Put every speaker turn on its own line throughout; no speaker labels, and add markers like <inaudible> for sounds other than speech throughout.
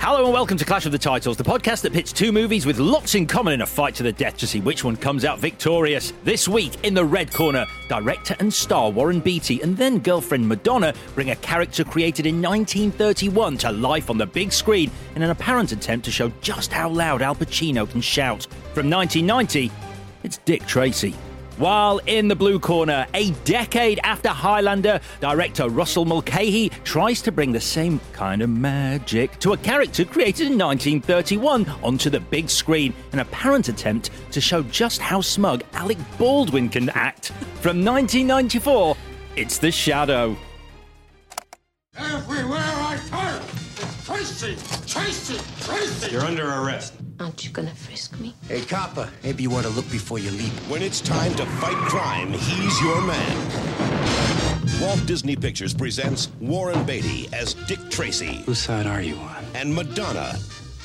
Hello and welcome to Clash of the Titles, the podcast that pits two movies with lots in common in a fight to the death to see which one comes out victorious. This week, in the red corner, director and star Warren Beatty and then girlfriend Madonna bring a character created in 1931 to life on the big screen in an apparent attempt to show just how loud Al Pacino can shout. From 1990, it's Dick Tracy. While in the blue corner, a decade after Highlander, director Russell Mulcahy tries to bring the same kind of magic to a character created in 1931 onto the big screen, an apparent attempt to show just how smug Alec Baldwin can act. From 1994, it's The Shadow.
Everywhere I turn, it's Tracy, Tracy, Tracy. You're under arrest.
Aren't you gonna frisk me?
Hey, copper, maybe you ought to look before you leap.
When it's time to fight crime, he's your man. Walt Disney Pictures presents Warren Beatty as Dick Tracy
Whose side are you on?
and Madonna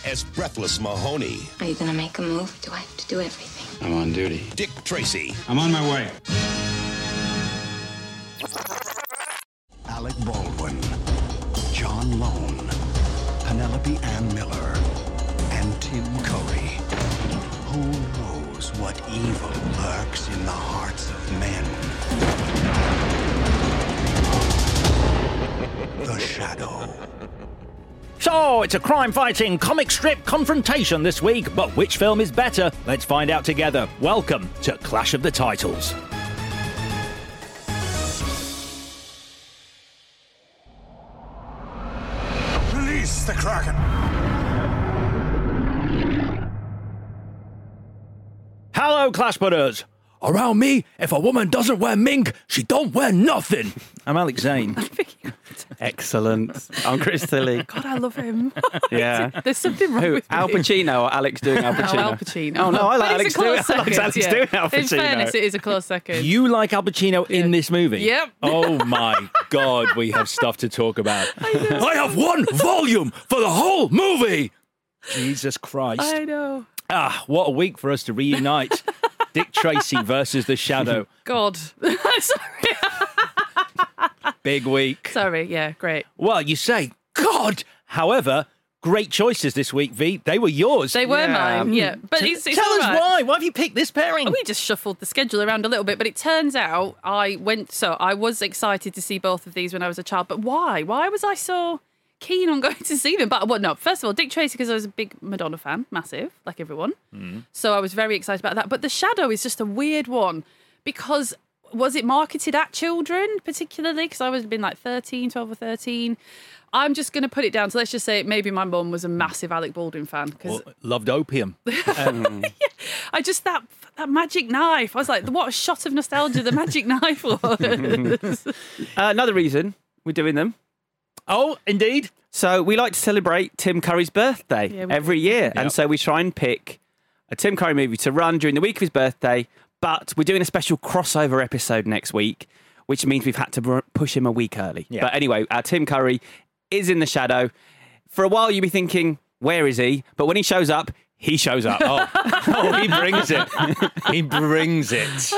as Breathless Mahoney.
Are you gonna make a move? Do I have to do everything?
I'm on duty.
Dick Tracy,
I'm on my way.
Alec Baldwin, John Lone, Penelope Ann Miller, and Tim Curry. Who knows what evil lurks in the hearts of men? The Shadow.
So, it's a crime fighting comic strip confrontation this week, but which film is better? Let's find out together. Welcome to Clash of the Titles.
Release the Kraken.
Hello, Clash Butters. Around me, if a woman doesn't wear mink, she don't wear nothing. I'm Alex Zane.
Excellent. I'm Chris Tilly.
God, I love him.
<laughs>
Yeah.
There's something wrong
Who?
with
Al
me.
Pacino or Alex doing Al
Oh,
Pacino?
Al Pacino.
Oh, no, I like
But
Alex
it's a close
doing- I like
second,
Alex
yeah.
doing Al
In
Pacino.
fairness, it is a close second.
You like Al Pacino in this movie?
Yep.
Oh
<laughs>
my God, we have stuff to talk about. I, have one volume for the whole movie. Jesus Christ.
I know.
Ah, what a week for us to
<laughs>
reunite. Dick Tracy versus The Shadow.
God. <laughs> sorry.
Big week.
Sorry. Yeah. Great.
Well, you say, God. However, great choices this week, V. They were yours.
They were
Yeah.
mine. Yeah. But it's, it's
Tell
all
us
right.
why. Why have you picked this pairing?
We just shuffled the schedule around a little bit, but it turns out I went. So I was excited to see both of these when I was a child, but why? Why was I so keen on <laughs> going to see them? But well, no. First of all, Dick Tracy because I was a big Madonna fan, massive, like everyone. So I was very excited about that. But The Shadow is just a weird one because was it marketed at children particularly? Because I was been like 13, 12 or 13. I'm just going to put it down. So let's just say maybe my mum was a massive Alec Baldwin fan because
Well, loved <laughs> opium. Um,
I just that that magic knife. I was like, what a shot of nostalgia
<laughs>
the magic knife was.
Uh, another reason we're doing them.
oh, indeed.
So we like to celebrate Tim Curry's birthday
Yeah, we
every year.
Yep.
And so we try and pick a Tim Curry movie to run during the week of his birthday. But we're doing a special crossover episode next week
which means we've had to br- push him a week early.
Yeah.
But anyway, our Tim Curry is in the shadow. For a while, you'd be thinking, where is he? But when he shows up, he shows up.
Oh, oh <laughs> he brings it. He brings it.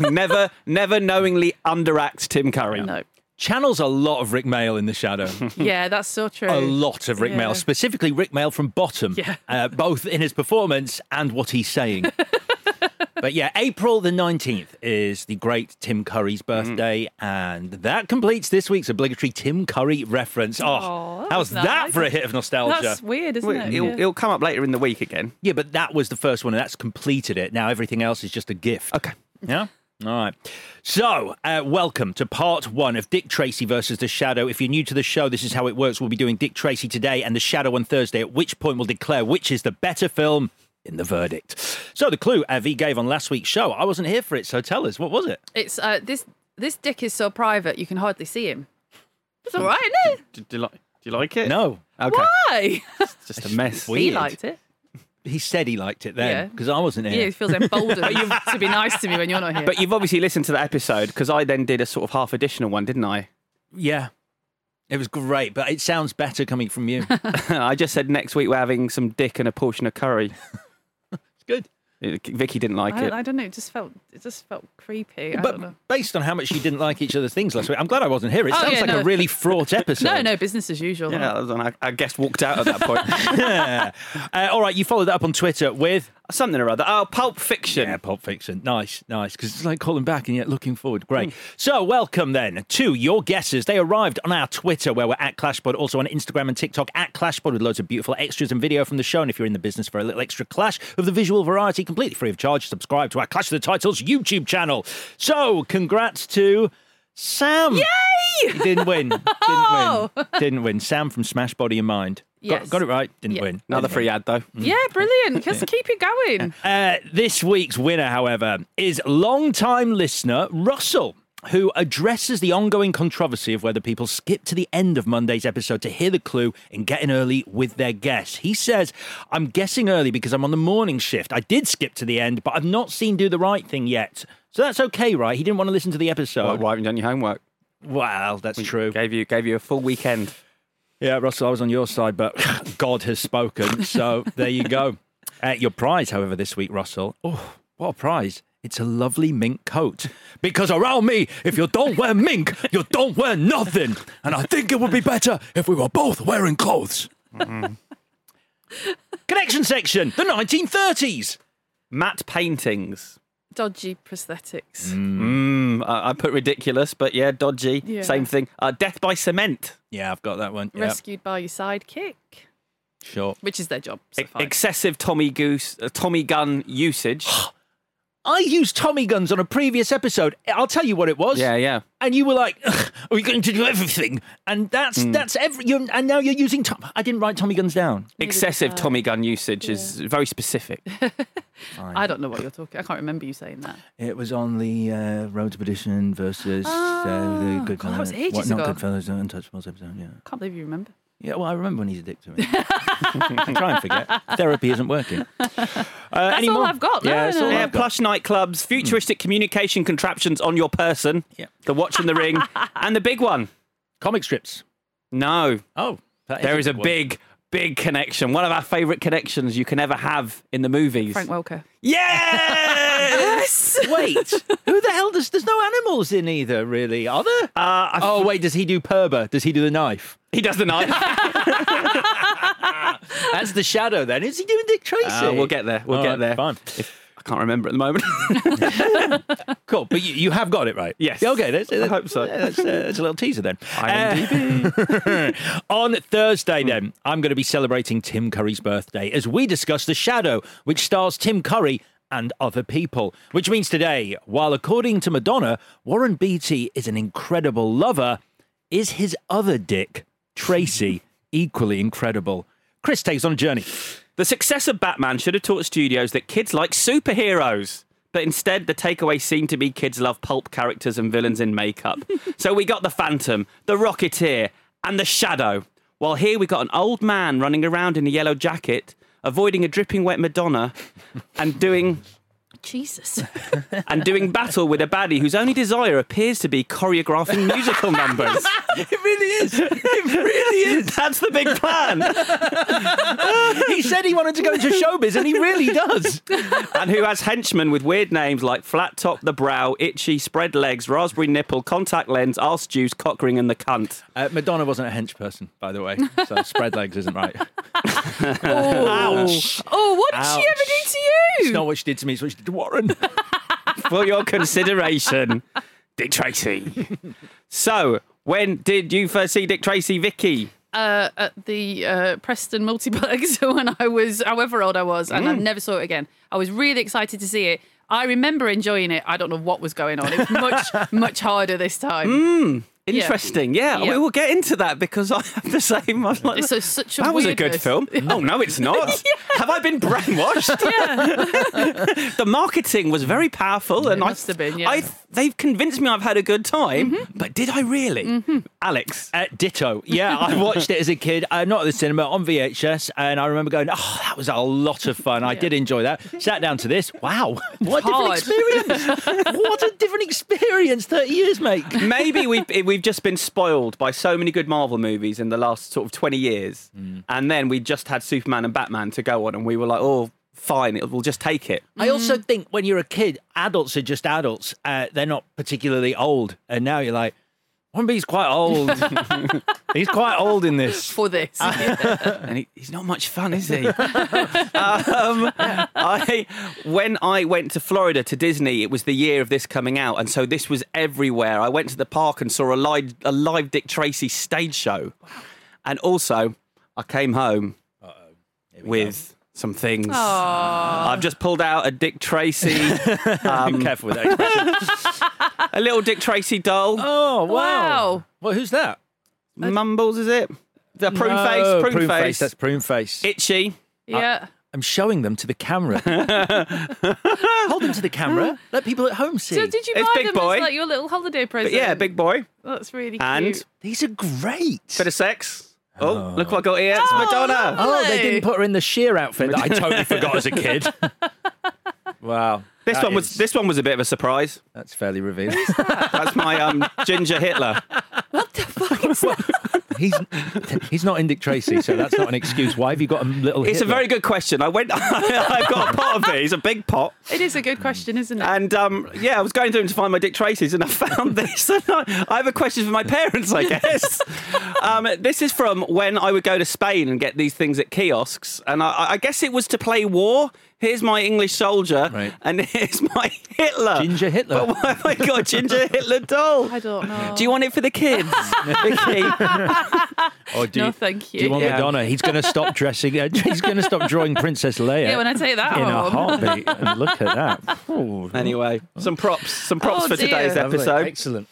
<laughs> never, never knowingly underacts Tim Curry. No.
Channels a lot of Rick Mail in the shadow.
Yeah, that's so true.
A lot of Rick
Yeah.
Mail, specifically Rick Mail from Bottom,
Yeah.
uh, both in his performance and what he's saying.
<laughs>
but yeah, April the 19th is the great Tim Curry's
Mm-hmm.
birthday, and that completes this week's obligatory Tim Curry reference. Oh,
Aw, that
how's
was
that
nice.
for a hit of nostalgia?
That's weird, isn't it?
It'll,
Yeah.
it'll come up later in the week again.
Yeah, but that was the first one, and that's completed it. Now everything else is just a gift.
Okay.
Yeah. All right. So, uh, welcome to part one of Dick Tracy versus The Shadow. If you're new to the show, this is how it works. We'll be doing Dick Tracy today and The Shadow on Thursday, at which point we'll declare which is the better film in the verdict. So, the clue uh, V gave on last week's show, I wasn't here for it, so tell us, what was it?
It's uh, this this dick is so private you can hardly see him. It's all right, isn't it?
Do, do, you, like, do you like it?
No.
Okay.
Why?
It's just a
<laughs>
mess.
Weird.
He liked it.
He said he liked it
Yeah.
then, because I wasn't
Yeah,
here.
he feels emboldened to be nice to me when you're not here.
But you've obviously listened to that episode because I then did a sort of half additional one, didn't I?
Yeah. It was great, but it sounds better coming
<laughs>
from you. it's
I just said next week we're having some dick and a portion of curry. Uh,
good.
Vicky didn't like
I,
it.
I don't know. It just felt it just felt creepy. I don't know.
But based on how much you didn't like each other's things last week, I'm glad I wasn't here. It
Oh,
sounds
yeah,
like
no.
a really fraught episode.
<laughs> No, no, business as usual.
yeah, I, was- and I, I guess walked out at that point.
<laughs> Yeah. Uh, all right, you followed that up on Twitter with
Something or other. Oh, Pulp Fiction.
yeah, Pulp Fiction. Nice, nice, because it's like calling back and yet looking forward. Great. So, welcome then to your guesses. They arrived on our Twitter, where we're at ClashPod, also on Instagram and TikTok at ClashPod, with loads of beautiful extras and video from the show. And if you're in the business for a little extra clash of the visual variety, completely free of charge, subscribe to our Clash of the Titles YouTube channel. So, congrats to. Sam! Yay! He didn't win. Didn't win. Didn't win. Sam from Smash Body and Mind. Got-
Yes.
Got, it right. Didn't
Yeah.
win.
Another
Didn't
free
win.
ad though.
yeah, brilliant.
<laughs>
Just keep it going.
Uh, this week's winner, however, is long-time listener Russell, who addresses the ongoing controversy of whether people skip to the end of Monday's episode to hear the clue and get in early with their guess. He says, I'm guessing early because I'm on the morning shift. I did skip to the end, but I've not seen Do the Right Thing yet. So that's okay, right? He didn't want to listen to the
Why,
episode.
why haven't you done your homework?
Well, that's true.
Gave you gave you a full weekend.
Yeah, Russell, I was on your side, but <laughs> God has spoken. So there you go. Uh, your prize, however, this week, Russell. Oh, what a prize! It's a lovely mink coat. Because around me, if you don't wear mink, you don't wear nothing. And I think it would be better if we were both wearing clothes. <laughs> Connection section, the 1930s.
Matt paintings.
Dodgy prosthetics.
Mm, I, I put ridiculous, but yeah, dodgy.
Yeah.
Same thing. Uh, Death by cement.
Yeah, I've got that one. Yeah,
Rescued by your sidekick,
sure.
which is their job. So
E-
fine.
excessive Tommy Goose, uh, Tommy gun usage.
<gasps> I used Tommy guns on a previous episode. I'll tell you what it was.
yeah, yeah.
and you were like, "Ugh, "Are you going to do everything?" And that's
Hmm.
that's every. You're, and now you're using. Tom, I didn't write Tommy guns down.
Excessive Tommy gun usage is
<laughs>
very specific.
I don't know what you're talking. I can't remember you saying that.
It was on the uh, Road to Perdition versus
Ah,
uh, the Goodfellas.
God, that was ages
what, not
ago.
Goodfellas, uh, Untouchables episode. Yeah,
Can't believe you remember.
yeah. Well, I remember when he's a dick
<laughs>
to me. I try and forget. Therapy isn't working. Uh, that's
all I've got. No,
Yeah, that's
no,
all
no.
Yeah,
I've got.
plush nightclubs, futuristic communication contraptions on your person,
Yeah.
the watch and
<laughs>
the ring, and the big one.
Comic strips.
No,
Oh, that
there is a
good one.
<laughs> big, big connection. One of our favourite connections you can ever have in the movies.
Frank Welker.
Yes!
Wait, who the hell does? There's no animals in either, really, are there?
Uh,
oh wait, does he do Perba? Does he do the knife?
he does the knife.
<laughs> That's the shadow then. Is he doing Dick Tracy?
Uh, we'll get there. We'll
All
get
right,
there.
Fine.
If- I can't remember at the moment. <laughs>
Cool. But you, you have got it right.
Yes.
Yeah, Okay. That's,
I
that's-
hope so.
yeah, That's, uh, that's a little teaser then.
IMDb.
Uh, <laughs> on Thursday then, I'm going to be celebrating Tim Curry's birthday as we discuss The Shadow, which stars Tim Curry and other people. Which means today, while according to Madonna, Warren Beatty is an incredible lover, is his other dick, Tracy, equally incredible? Chris takes on a journey.
the success of Batman should have taught studios that kids like superheroes. But instead, the takeaway seemed to be kids love pulp characters and villains
<laughs>
in makeup. so we got the Phantom, the Rocketeer, and the Shadow. While here we got an old man running around in a yellow jacket, avoiding a dripping wet Madonna, and doing
Jesus.
and doing battle with a baddie whose only desire appears to be choreographing
<laughs>
musical numbers.
<laughs> it really is. It really is.
<laughs> That's the big plan.
<laughs> he said he wanted to go into showbiz, and he really does.
and who has henchmen with weird names like Flat Top, The Brow, Itchy, Spread Legs, Raspberry Nipple, Contact Lens, Arse Juice, Cockring, and The Cunt.
Uh, Madonna wasn't a hench person, by the way,
<laughs>
so spread legs isn't right. <laughs>
Oh,
Ouch.
oh what did she ever do to you?
It's not what she did to me, it's what she did to Warren.
<laughs> For your consideration, Dick Tracy. so, when did you first see Dick Tracy, Vicky?
uh, at the uh, Preston
<laughs>
multiplex when I was however old I was, and I never saw it again. I was really excited to see it. I remember enjoying it. I don't know what was going on. It was much much harder this time.
Interesting, yeah.
Yeah.
We will get into that because I have the same. I was like,
It's a- such a
that was a good
weirdness. <laughs>
film. Oh no, it's not. Have I been brainwashed? <laughs> the marketing was very powerful, and
must
I,
have been, yeah.
I, they've convinced me I've had a good time, but did I really, Alex?
Mm-hmm. Uh, ditto. Yeah, I watched it as a kid, uh, not at the cinema, on VHS, and I remember going, "Oh, that was a lot of fun. I did enjoy that." Sat down to this.
<laughs>
Wow, what a different
hard.
experience! what a different experience thirty years make.
<laughs> Maybe we've we've just been spoiled by so many good Marvel movies in the last sort of twenty years, and then we just had Superman and Batman to go on, and we were like, oh, fine, it, we'll just take it.
I also think when you're a kid, adults are just adults. Uh, they're not particularly old, and now you're like, "One B's quite
<laughs>
old. He's quite old in this."
For this,
and he, he's not much fun, is he? um, I when I went to Florida to Disney, it was the year of this coming out, and so this was everywhere. I went to the park and saw a live a live Dick Tracy stage show, and also I came home with. Some things. I've just pulled out a Dick Tracy,
Be careful with that. expression.
a little Dick Tracy doll.
<laughs>
<laughs> oh wow!
Wow.
Well, who's that?
Mumbles, is it? The prune
No,
face, prune, face.
That's prune face.
Itchy.
yeah.
I'm showing them to the
<laughs>
camera. Hold them to the camera. Let people at home see.
So did you
It's
buy
big
them
boy.
as like your little holiday present?
But yeah, big boy.
That's really cute.
And
These are great.
Bit of sex. Oh, look what I got here. It's Madonna.
oh, they didn't put her in the sheer outfit that I totally forgot as a
<laughs>
kid. wow.
This
That
one was
is-
this one was a bit of a surprise.
That's fairly revealing.
That's my um, ginger Hitler.
he's he's not in Dick Tracy, so that's not an excuse. Why have you got a little?
It's a
Hitler?
very good question. I went. <laughs> I've got a pot of these, a big pot,
it is a good question, isn't it?
and um, yeah, I was going through them to find my Dick Tracy's, and I found <laughs> this. And I, I have a question for my parents, I guess. um, this is from when I would go to Spain and get these things at kiosks, and I, I guess it was to play war. Here's my English soldier, <laughs>
Right.
and here's my Hitler,
Ginger Hitler.
But why have I got a ginger Hitler doll?
I don't know.
Do you want it for the kids? Vicky?
Or do
No,
you,
thank
Do you
you.
want
Yeah.
Madonna? He's going to stop dressing. uh, He's going to stop drawing Princess Leia.
Yeah, when I take that
in a
home.
heartbeat. And look at <laughs> that. Ooh.
anyway, some props, some props
Oh,
for
dear.
today's
Lovely.
episode.
Excellent.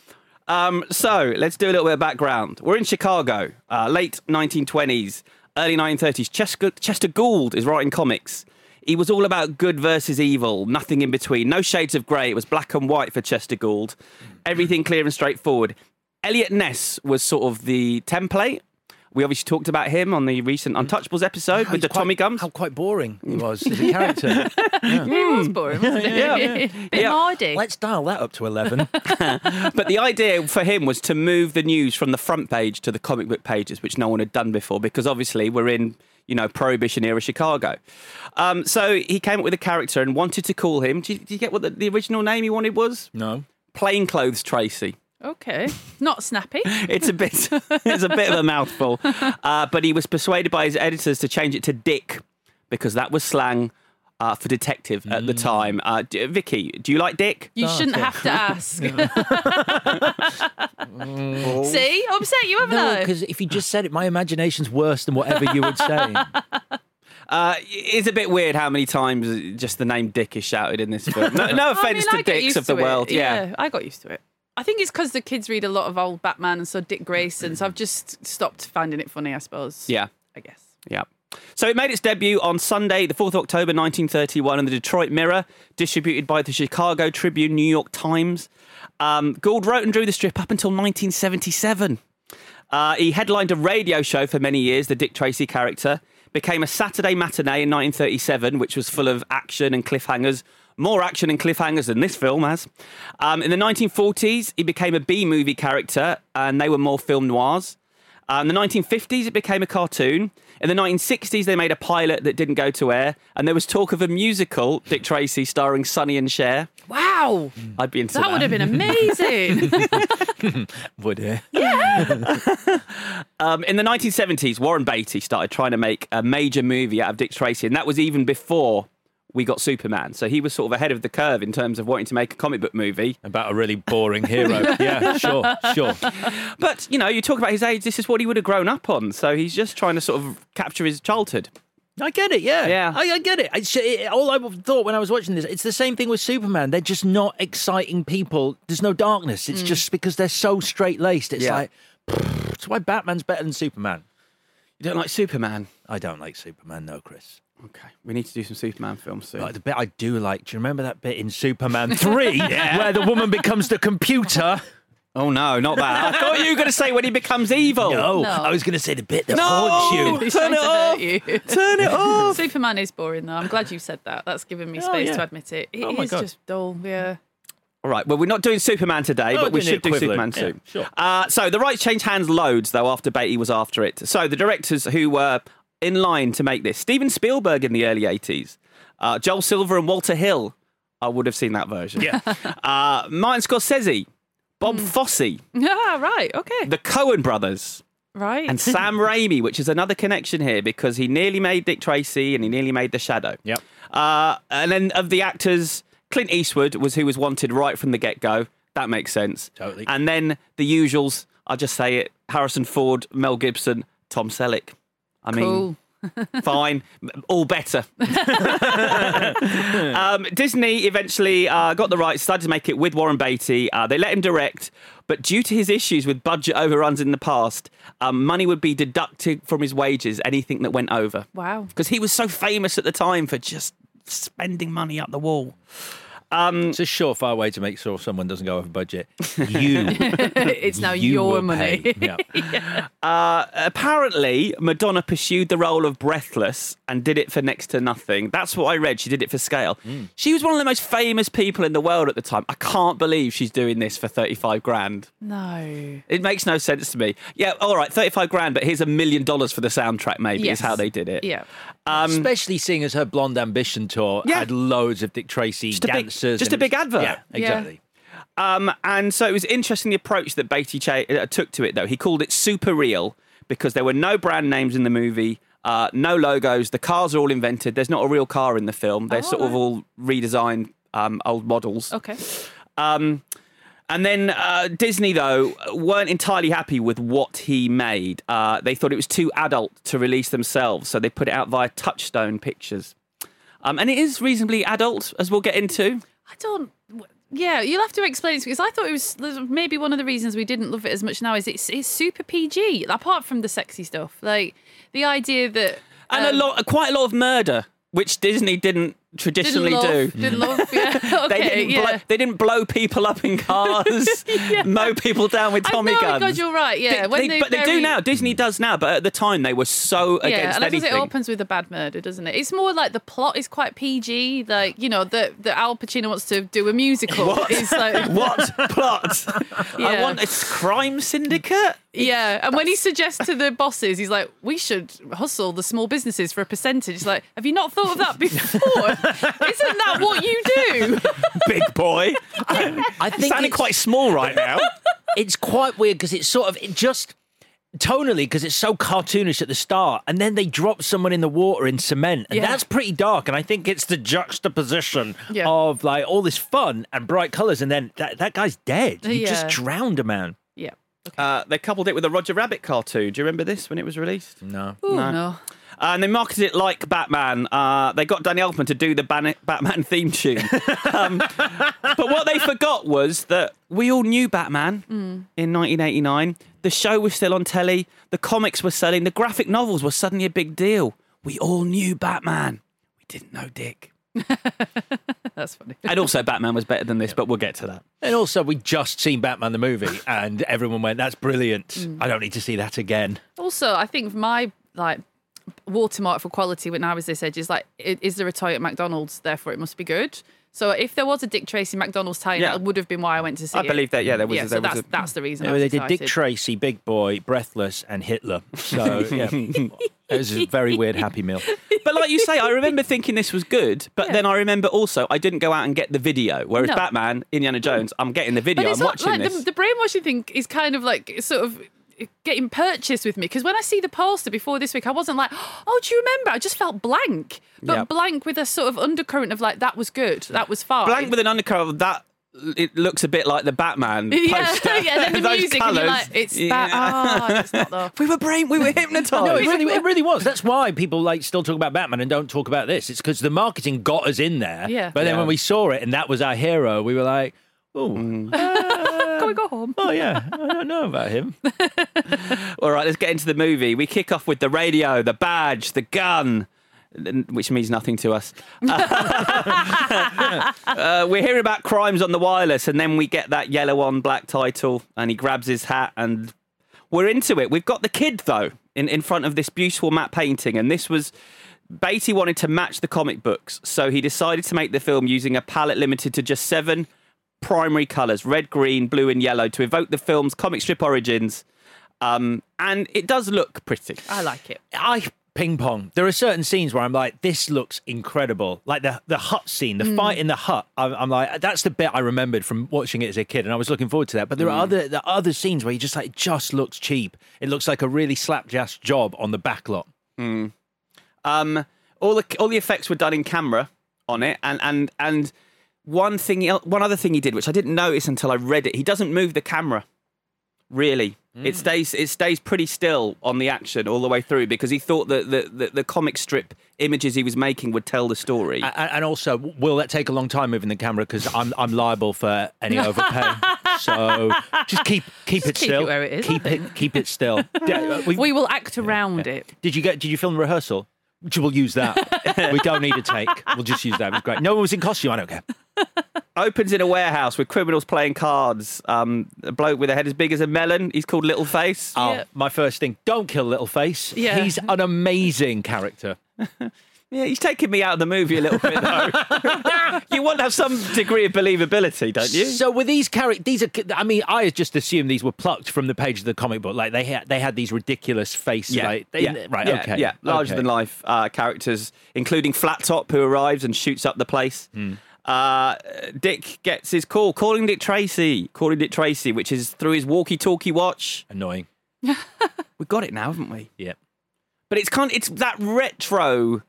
Um, so let's do a little bit of background. We're in Chicago, uh, late 1920s, early 1930s. Chester, Chester Gould is writing comics. He was all about good versus evil, nothing in between, no shades of grey. It was black and white for Chester Gould, everything clear and straightforward. Elliot Ness was sort of the template. We obviously talked about him on the recent Untouchables episode with the
quite-
Tommy Gums.
How quite boring he was
<laughs>
as a character.
It was boring, wasn't
<laughs>
it?
Yeah.
<laughs> Bit
Yeah.
hardy.
Let's dial that up to 11.
But the idea for him was to move the news from the front <laughs> page to the comic book pages, which no one had done before, because obviously we're in, you know, Prohibition era Chicago. Um, so he came up with a character and wanted to call him. Do you, do you get what the, the original name he wanted was?
no.
Plainclothes Tracy.
Okay. Not snappy.
It's a <laughs> bit, it's a bit of a mouthful. Uh, but he was persuaded by his editors to change it to Dick because that was slang uh, for detective at the time. Uh, d- Vicky, do you like Dick?
<laughs> You shouldn't have to ask. See, I upset you, haven't
No,
I?
because if you just said it, my imagination's worse than whatever you would say.
Uh, it's a bit weird how many times just the name Dick is shouted in this film.
<laughs>
No, no
I mean,
offense
I
to
get
dicks
used
of the
to it.
world. Yeah.
I got used to it. I think it's because the kids read a lot of old Batman and so Dick Grayson, so I've just stopped finding it funny, I suppose.
Yeah.
I guess.
Yeah. So it made its debut <laughs> on Sunday, the 4th of October 1931, in the Detroit Mirror, distributed by the Chicago Tribune, New York Times. Um, Gould wrote and drew the strip up until 1977. Uh, he headlined a radio show for many years, the Dick Tracy character, became a Saturday matinee in 1937, which was full of action and cliffhangers, More action and cliffhangers than this film has. Um, in the 1940s, he became a B movie character, and they were more film noirs. Um, the 1950s, it became a cartoon. In the 1960s, they made a pilot that didn't go to air, and there was talk of a musical, Dick Tracy, starring Sonny and Cher.
Wow.
I'd be into that.
That would have been amazing.
Would it?
Um, in the 1970s, Warren Beatty started trying to make a major movie out of Dick Tracy, and that was even before we got Superman. So he was sort of ahead of the curve in terms of wanting to make a comic book movie.
About a really boring
<laughs>
hero. yeah, sure, sure.
But, you know, you talk about his age, this is what he would have grown up on. So he's just trying to sort of capture his childhood.
I get it, yeah.
Yeah.
I, I get it. It's, it. All I thought when I was watching this, it's the same thing with Superman. They're just not exciting people. There's no darkness. It's just because they're so straight laced. It's
Mm. Yeah.
like, it's why Batman's better than Superman.
You don't like Superman?
I don't like Superman, no, Chris.
Okay, we need to do some Superman films soon.
Like the bit I do like, do you remember that bit in Superman 3
<laughs>
where the woman becomes the computer?
Oh no, not that. I thought you were going to say when he becomes evil.
No,
No.
I was going to say the bit that
No!
haunts you.
He's
Turn
trying
it
to hurt
off.
you.
Turn <laughs> it off.
Superman is boring though. I'm glad you said that. That's given me
Oh,
space
yeah.
to admit it. It is
Oh, my God.
just dull. Yeah.
All right. Well, we're not Oh, doing Superman today,
No,
but we
we're doing
should
the
do Superman
equivalent.
soon.
Yeah, sure.
Uh, so the rights changed hands loads though after Beatty was after it. So the directors who were in line to make this, Steven Spielberg in the early '80s, uh, Joel Silver and Walter Hill. I would have seen that
<laughs>
version.
Yeah.
uh, Martin Scorsese, Bob Fosse,
Yeah. Right. Okay.
the Cohen brothers.
Right.
And Sam Raimi, which is another connection here because he nearly made Dick Tracy and he nearly made The Shadow.
Yep.
Uh, and then of the actors, Clint Eastwood was who was wanted right from the get go. That makes sense.
Totally.
And then the usuals, I'll just say it Harrison Ford, Mel Gibson, Tom Selleck. I mean,
cool.
<laughs> fine, all better. <laughs> um, Disney eventually uh, got the rights, started to make it with Warren Beatty. Uh, they let him direct, but due to his issues with budget overruns in the past, um, money would be deducted from his wages, anything that went over.
Wow.
Because he was so famous at the time for just spending money up the wall.
It's a surefire way to make sure someone doesn't go over
<laughs>
budget. You.
it's now
you
your
will
money.
pay. Yeah.
Apparently, Madonna pursued the role of Breathless and did it for next to nothing. That's what I read. She did it for scale. She was one of the most famous people in the world at the time. I can't believe she's doing this for 35 grand.
No.
It makes no sense to me. Yeah, all right, 35 grand, but here's a million dollars for the soundtrack, maybe,
Yes.
is how they did it.
Yeah.
Especially seeing as her Blonde Ambition tour
Um, Yeah.
had loads of Dick Tracy
Just a big-
dancers.
just
and
a big
it's-
advert.
Yeah,
Yeah.
exactly.
Um, and so it was interesting the approach that Beatty cha- uh, took to it, though. He called it super real because there were no brand names in the movie, uh, no logos. The cars are all invented. There's not a real car in the film. They're sort of all redesigned um, old models.
Okay.
Um, and then uh, Disney, though, weren't entirely happy with what he made. Uh, they thought it was too adult to release themselves, so they put it out via Touchstone Pictures. Um, and it is reasonably adult, as we'll get into.
I don't. Yeah, you'll have to explain it because I thought it was maybe one of the reasons we didn't love it as much now is it's it's super PG apart from the sexy stuff like the idea that
and
um,
a lot, quite a lot of murder, which Disney didn't
didn't
traditionally
love,
do.
didn't love yeah <laughs> okay
<laughs> They didn't.
yeah.
Blow, they didn't blow people up in
<laughs>
cars, mow people down with Tommy
I know,
guns.
God, you're right. Yeah,
They- they- but they do
bury-
now. Disney does now, but at the time they were so
Yeah,
against
and I suppose
anything.
it opens with a bad murder, doesn't it? It's more like the plot is quite PG. Like you know that that Al Pacino wants to do
<laughs>
a musical.
What?
It's like
what plot? I
<laughs> Yeah.
want a crime syndicate.
Yeah, and when he suggests to the bosses, he's like, "We should hustle the small businesses for a percentage." It's like, have you not thought of that before? Isn't that what you do?
Big boy.
<laughs> I think
Sounding
it's-
quite small right now.
<laughs> it's quite weird because it's sort of it just tonally because it's so cartoonish at the start and then they drop someone in the water in cement and
Yeah.
that's pretty dark and i think it's the juxtaposition
Yeah.
of like all this fun and bright colors and then that, that guy's dead he just
Yeah.
drowned a man
yeah.
Uh, they coupled it with a Roger Rabbit cartoon. Do you remember this when it was released?
no
Ooh,
No.
no.
Uh, and they marketed it like Batman. Uh, they got Danny Elfman to do the Ban- Batman <laughs> theme tune. um, but what they forgot was that we all knew Batman
Hmm.
in 1989. The show was still on telly. The comics were selling. The graphic novels were suddenly a big deal. We all knew Batman. We didn't know Dick.
<laughs> That's funny.
And also, Batman was better than this, but we'll get to that.
and also we just seen batman the movie and everyone went that's brilliant
Mm.
i don't need to see that again
Also, I think my like watermark for quality when I was this age is like, i- is there a toy at McDonald's? Therefore, it must be good. So if there was a Dick Tracy McDonald's tie,
Yeah.
that would have been why I went to see
I
it.
believe that, yeah, there was-
Yeah,
there
so
was
that's,
a-
that's the reason. I
Yeah,
was
they did Dick
excited.
Tracy, Big Boy, Breathless, and Hitler. So
<laughs>
yeah, it was a very weird Happy Meal.
But like you say, I remember thinking this was good, but then I remember also I didn't go out and get the video. Whereas
No.
Batman, Indiana Jones, I'm getting the video.
But
I'm
it's not
watching
like
this.
the, the brainwashing thing is kind of like it's sort of getting purchased with me because when I see the poster before this week, I wasn't like, oh, do you remember? I just felt blank, but
Yep.
blank with a sort of undercurrent of like that was good, that was fine.
Blank
<laughs>
with an undercover that it looks a bit like the Batman
Yeah,
poster.
<laughs> yeah,
<laughs>
then the
<laughs> Those
music, and
colours.
you're like, it's that. Oh, it's not though.
we were brain,
<laughs>
we were hypnotized.
No, it really, it really was. That's why people like still talk about Batman and don't talk about this. It's because the marketing got us in there.
Yeah.
But then
Yeah.
when we saw it and that was our hero, we were like, oh,
Mm.
<laughs>
<laughs> Can we go home?
oh yeah, I don't know about him.
All right, let's get into the movie. We kick off with the radio, the badge, the gun, n- which means nothing to us. <laughs> uh, we're hearing about crimes on the wireless, and then we get that yellow on black title, and he grabs his hat, and we're into it. We've got the kid, though, in, in front of this beautiful matte painting, and this was. Beatty wanted to match the comic books, so he decided to make the film using a palette limited to just seven primary colours red, green, blue, and yellow to evoke the film's comic strip origins. Um, and it does look pretty.
I like it.
I ping pong. There are certain scenes where I'm like, this looks incredible. Like the the hut scene, the
Hmm.
fight in the hut. I'm, I'm like, that's the bit I remembered from watching it as a kid, and I was looking forward to that. But there are
Hmm.
other the other scenes where you just like, it just looks cheap. It looks like a really slapjack job on the back lot.
Um, all the all the effects were done in camera on it, and and and one thing, el- one other thing he did, which I didn't notice until I read it, he doesn't move the camera. Really, it stays it stays pretty still on the action all the way through because he thought that the, the, the comic strip images he was making would tell the story.
A- And, and also, will that take a long time moving the camera? Because I'm I'm liable for any
<laughs>
overpay. so just keep keep it
keep it
still.
where it is, I
keep it keep it
<laughs>
still. Yeah, we-
We will act around it.
Did you get? Did you film rehearsal? We'll use that. we don't need a take. We'll just use that. It was great. No one was in costume. I don't care.
opens in a warehouse with criminals playing cards. Um, a bloke with a head as big as a melon. He's called Little Face.
Oh,
Yeah.
my first thing. Don't kill Littleface.
Yeah.
He's an amazing character.
Yeah, he's taking me out of the movie a little bit though. <laughs> you want to have some degree of believability, don't you?
So were these characters? These are. I mean, I just assumed these were plucked from the page of the comic book. Like they had, they had these ridiculous faces. like, they- Right.
yeah,
okay.
Yeah, larger
okay.
than life uh, characters, including Flat Top, who arrives and shoots up the place.
Hmm.
Uh, Dick gets his call, calling Dick Tracy, calling Dick Tracy, which is through his walkie-talkie watch.
Annoying.
We've got it now, haven't we?
Yeah.
But it's kind, it's that retro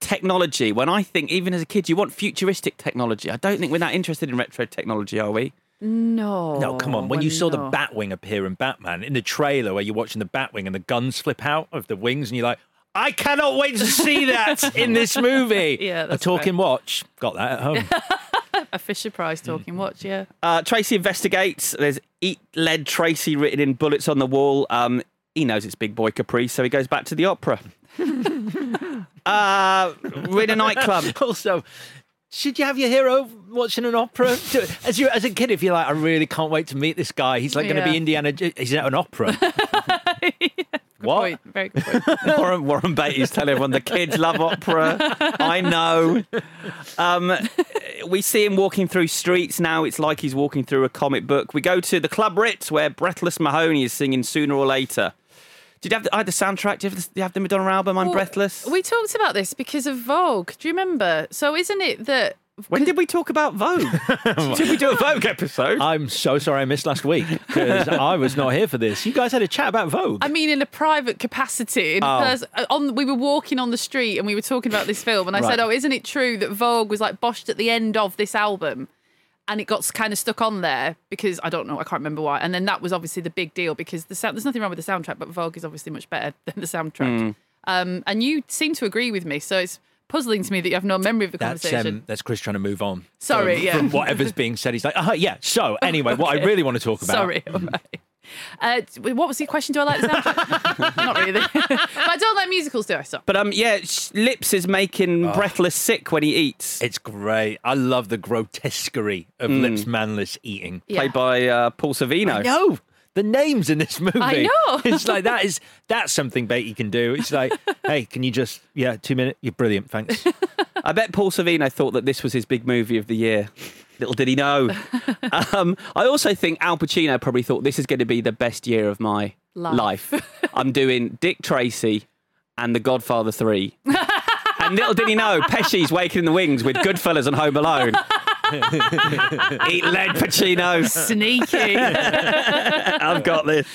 technology. When I think, even as a kid, you want futuristic technology. I don't think we're that interested in retro technology, are we?
No.
No, come on. When you
well,
saw
Oh, no.
the Batwing appear in Batman in the trailer, where you're watching the Batwing and the guns flip out of the wings, and you're like, I cannot wait to see that
<laughs>
in this movie.
Yeah,
a
that's
talking watch. Got that at home.
a Fisher Price
Mm.
talking watch, yeah.
Uh, Tracy investigates. There's eat lead Tracy written in bullets on the wall. Um, he knows it's Big Boy Capri, so he goes back to the <laughs> opera. uh, we're in a nightclub.
also, should you have your hero watching an opera? Do- As you, as a kid, if you're like, I really can't wait to meet this guy. He's like going to
Yeah.
be Indiana. J- He's at an opera. what?
Point.
<laughs>
Very good point.
<laughs> Warren, Warren Beatty's telling everyone the kids love opera. I know. Um, we see him walking through streets now. It's like he's walking through a comic book. We go to the Club Ritz where Breathless Mahoney is singing sooner or later. Did you have the, I had the soundtrack? Do you have the, do you have the Madonna album? I'm
Well,
Breathless.
We talked about this because of Vogue. Do you remember? So isn't it that
When did we talk about Vogue? <laughs> did we do a Vogue episode?
I'm so sorry I missed last week because I was not here for this. You guys had a chat about Vogue.
I mean, in a private capacity. In
Oh.
a pers- uh, on, we were walking on the street and we were talking about this film, and I
Right.
said, "Oh, isn't it true that Vogue was like boshed at the end of this album?" And it got kind of stuck on there because I don't know, I can't remember why. And then that was obviously the big deal because the sound, there's nothing wrong with the soundtrack, but Vogue is obviously much better <laughs> than the soundtrack.
Hmm.
Um, and you seem to agree with me, so it's puzzling to me that you have no memory of the
That's
conversation.
um, that's Chris trying to move on.
Sorry,
from,
yeah.
From <laughs> whatever's being said, he's like, uh yeah. So anyway, what I really want to talk about.
Sorry. All right. Uh, what was the question? Do I like the
<laughs>
soundtrack? Not really. <laughs> but I don't like musicals, do I? So.
But um, yeah, sh- Lips is
Ah.
making Breathless sick when he eats.
It's great. I Hmm. love the grotesquerie of lips manless eating.
Yeah.
Played by uh, Paul Savino.
No, the names in this movie.
I know.
<laughs> It's like that is that's something Beatty can do. It's
<laughs>
like, hey, can you just yeah, two minute? You're brilliant, thanks.
I bet Paul Savino thought that this was his big movie of the year. Little did he know. um, I also think Al Pacino probably thought this is going to be the best year of my
Life.
life. I'm doing Dick Tracy and The Godfather 3. and little did he know, Pesci's waking in the wings with Goodfellas and Home Alone. Eat lead, Pacino. <laughs>
Sneaky.
I've
<laughs>
got this.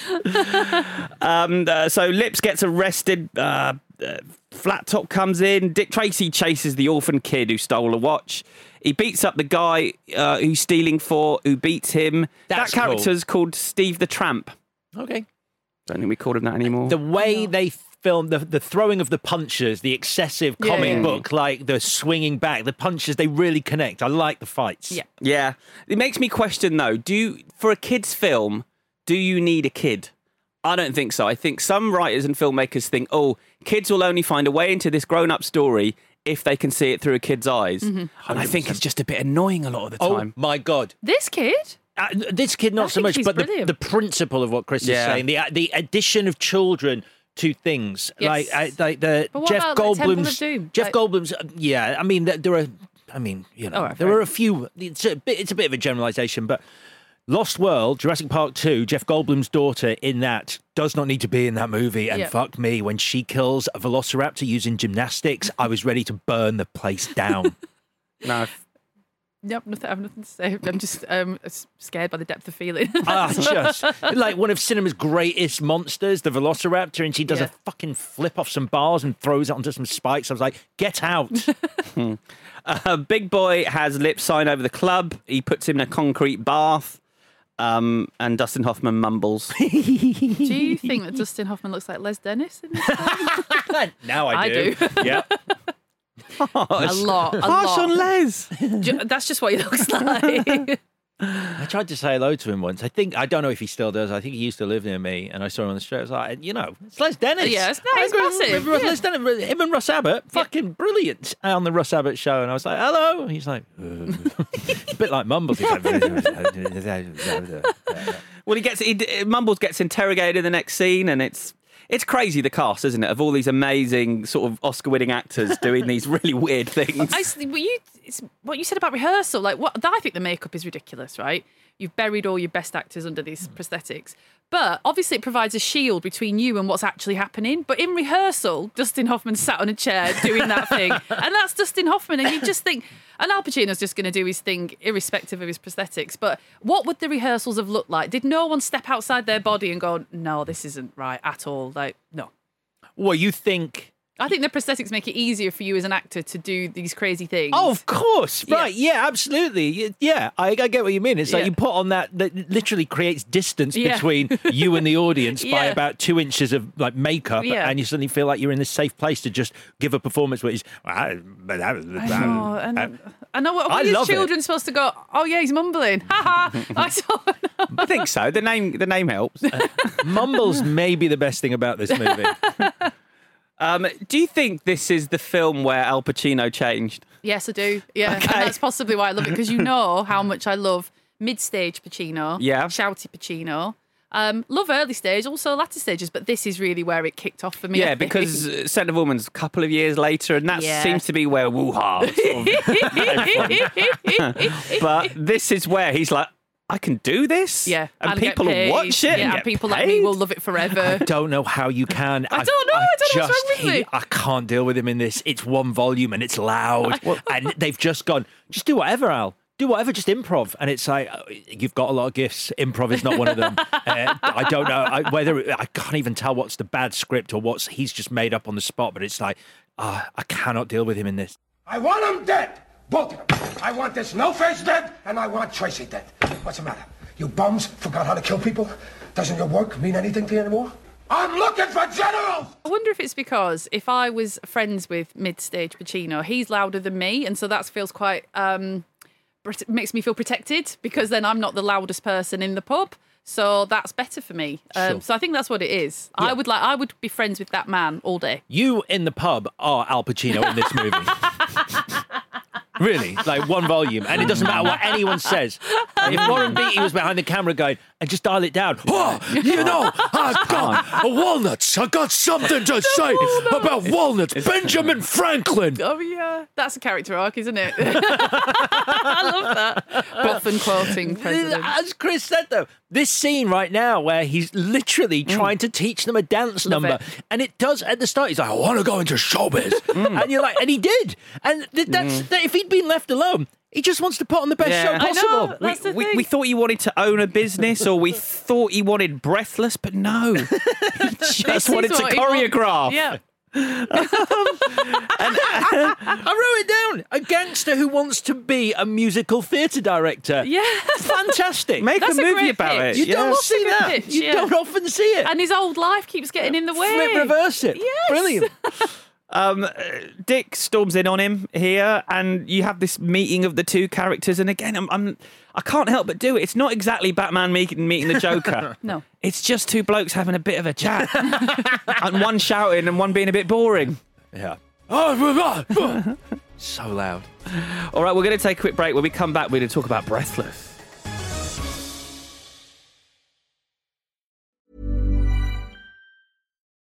Um, uh, so Lips gets arrested. Uh, uh, Flat Top comes in. Dick Tracy chases the orphan kid who stole a watch. He beats up the guy uh, who's stealing for, who beats him.
That's
that character's called Steve the Tramp.
<laughs> okay.
Don't think we called him that anymore.
The way they film the, the throwing of the punches, the excessive
Yeah,
comic
yeah.
book, like the swinging back, the punches, they really connect. I like the fights.
Yeah.
yeah, it makes me question though. Do you, for a kids' film, do you need a kid? I don't think so. I think some writers and filmmakers think, oh, kids will only find a way into this grown-up story if they can see it through a kid's eyes. And I think it's just a bit annoying a lot of the
Oh
time.
my god!
this kid?
Uh, this kid,
I
not so
think
much,
he's
but the,
brilliant.
the principle of what Chris is
Yeah.
saying, the the addition of children to things,
Yes.
like I, like the
But what
Jeff
about, like, Temple of
Goldblum's.
Doom?
Jeff
Like-
Goldblum's. uh, Yeah, I mean, there, there are. I mean, you know,
All right,
there
fair
are a few. It's a bit. It's a bit of a generalization, but. Lost World, Jurassic Park 2, Jeff Goldblum's daughter in that does not need to be in that movie. And
Yeah.
fuck me, when she kills a velociraptor using gymnastics, I was ready to burn the place <laughs> down.
No,
Nope, nothing, I have nothing to say. I'm just um, s- scared by the depth of feeling.
<laughs> Ah, just like one of cinema's greatest monsters, the Velociraptor, and she does
Yeah.
a fucking flip off some bars and throws it onto some spikes. I was like, get out.
<laughs> Uh, Big Boy has lips sign over the club. He puts him in a concrete bath. Um, and Dustin Hoffman mumbles.
<laughs> Do you think that Dustin Hoffman looks like Les Dennis? In this film?
now I
I
do.
do.
yeah.
a lot. A
Harsh
lot.
on Les.
Ju- That's just what he looks <laughs> like.
I tried to say hello to him once. I think, I don't know if he still does. I think he used to live near me and I saw him on the street. I was like, you know, it's Les Dennis.
Yeah, it's- no,
I
it's
agree
massive.
with
Yeah.
Les Dennis, him and Russ Abbott, fucking brilliant on the Russ Abbott show. And I was like, hello. And he's like, "Uh." a <laughs> bit like mumbles.
<laughs>
He's
<laughs>
like,
Well, he gets he, d- Mumbles gets interrogated in the next scene, and it's it's crazy the cast, isn't it? Of all these amazing sort of Oscar-winning actors doing <laughs> these really weird things.
I s well, you, it's what you said about rehearsal, like what I think the makeup is ridiculous, right? You've buried all your best actors under these prosthetics, but obviously it provides a shield between you and what's actually happening. But in rehearsal, Dustin Hoffman sat on a chair doing that thing, and that's Dustin Hoffman, and you just think. And Al Pacino's just going to do his thing, irrespective of his prosthetics. But what would the rehearsals have looked like? Did no one step outside their body and go, "No, this isn't right at all"? Like, no.
well, you think
I think the prosthetics make it easier for you as an actor to do these crazy things.
Oh, of course,
Yeah.
right? Yeah, absolutely. Y- Yeah, I, I get what you mean. It's like
Yeah.
you put on that that literally creates distance
Yeah.
between
<laughs>
you and the audience by
Yeah.
about two inches of like makeup,
Yeah.
and you suddenly feel like you're in this safe place to just give a performance which is. I,
I know, Oh, and I, know what,
I
what are
love
these children supposed to go? Oh yeah, he's mumbling. <laughs> Ha ha!
<laughs>
I saw.
I think so. The name the name helps.
Mumbles may be the best thing about this movie.
Um, do you think this is the film where Al Pacino changed?
yes, I do. Yeah,
Okay.
and that's possibly why I love it because you
<laughs>
know how much I love mid-stage Pacino.
Yeah.
shouty Pacino. Um, love early stage, also latter stages, but this is really where it kicked off for me. I
Yeah,
think.
because uh, Scent of Woman's a couple of years later, and that
Yeah.
seems to be where woo ha.
<laughs>
but this is where he's like, I can do this.
yeah,
and
I'll get
people will
paid.
watch it.
Yeah,
and
and
get
people like me
paid.
will love
<laughs>
it forever.
I don't know how you can.
<laughs> I don't know, I don't know what's
just,
wrong with
he-
me.
I can't deal with him in this. It's one volume and it's loud,
<laughs>
and they've just gone. Just do whatever, Al. Do whatever, just improv. And it's like uh, you've got a lot of gifts. Improv is not one of
<laughs>
them. uh, I don't know I, whether I can't even tell what's the bad script or what's he's just made up on the spot. But it's like ah, I cannot deal with him in this.
I want them dead. Both of them. I want this no face dead, and I want Tracy dead. What's the matter? You bums forgot how to kill people? Doesn't your work mean anything to you anymore? I'm looking for generals!
I wonder if it's because if I was friends with mid-stage Pacino, he's louder than me, and so that feels quite um, prot- makes me feel protected because then I'm not the loudest person in the pub. So that's better for me. Um,
Sure.
So I think that's what it is. I would like I would be friends with that man all day.
You in the pub are Al Pacino in this movie. really, like one volume, and it doesn't matter what anyone says. If Warren Beatty was behind the camera going,
and just dial it down. Oh, you know, I've got a walnuts. I got something to say about walnuts. Benjamin Franklin.
Oh yeah, that's a character arc, isn't <laughs> it? I love that. Often quoting president.
As Chris said, though, this scene right now where he's literally trying to teach them a dance
Mm. Love
number,
it. Mm.
and it does at the start. He's like, "I want to go into
<laughs>
showbiz," and you're like, and he did. And th- that's that, if he'd been left alone, he just wants to put on the best
Yeah. I
show
know,
possible.
that's
We,
the
we,
thing.
we thought he wanted to own a business or we thought he wanted breathless, but no. He
This
just
is
wanted to
what he wants.
choreograph.
Yeah.
I wrote it down. A gangster who wants to be a musical theatre director.
Yeah.
fantastic.
Make
That's
a
a
movie
great
about it.
pitch.
you don't
yes.
That's a
see
good
that.
pitch,
you
yeah.
don't often see it.
And his old life keeps getting in the way.
Flip reverse it.
Yes.
Brilliant.
Um, uh, Dick storms in on him here, and you have this meeting of the two characters. And again, I'm, I'm I can't help but do it. It's not exactly Batman meeting meeting the Joker.
No.
it's just two blokes having a bit of a chat, <laughs> and one shouting and one being a bit boring.
Yeah. <laughs> Oh, so loud.
<laughs> All right, we're going to take a quick break. When we come back, we're going to talk about Breathless.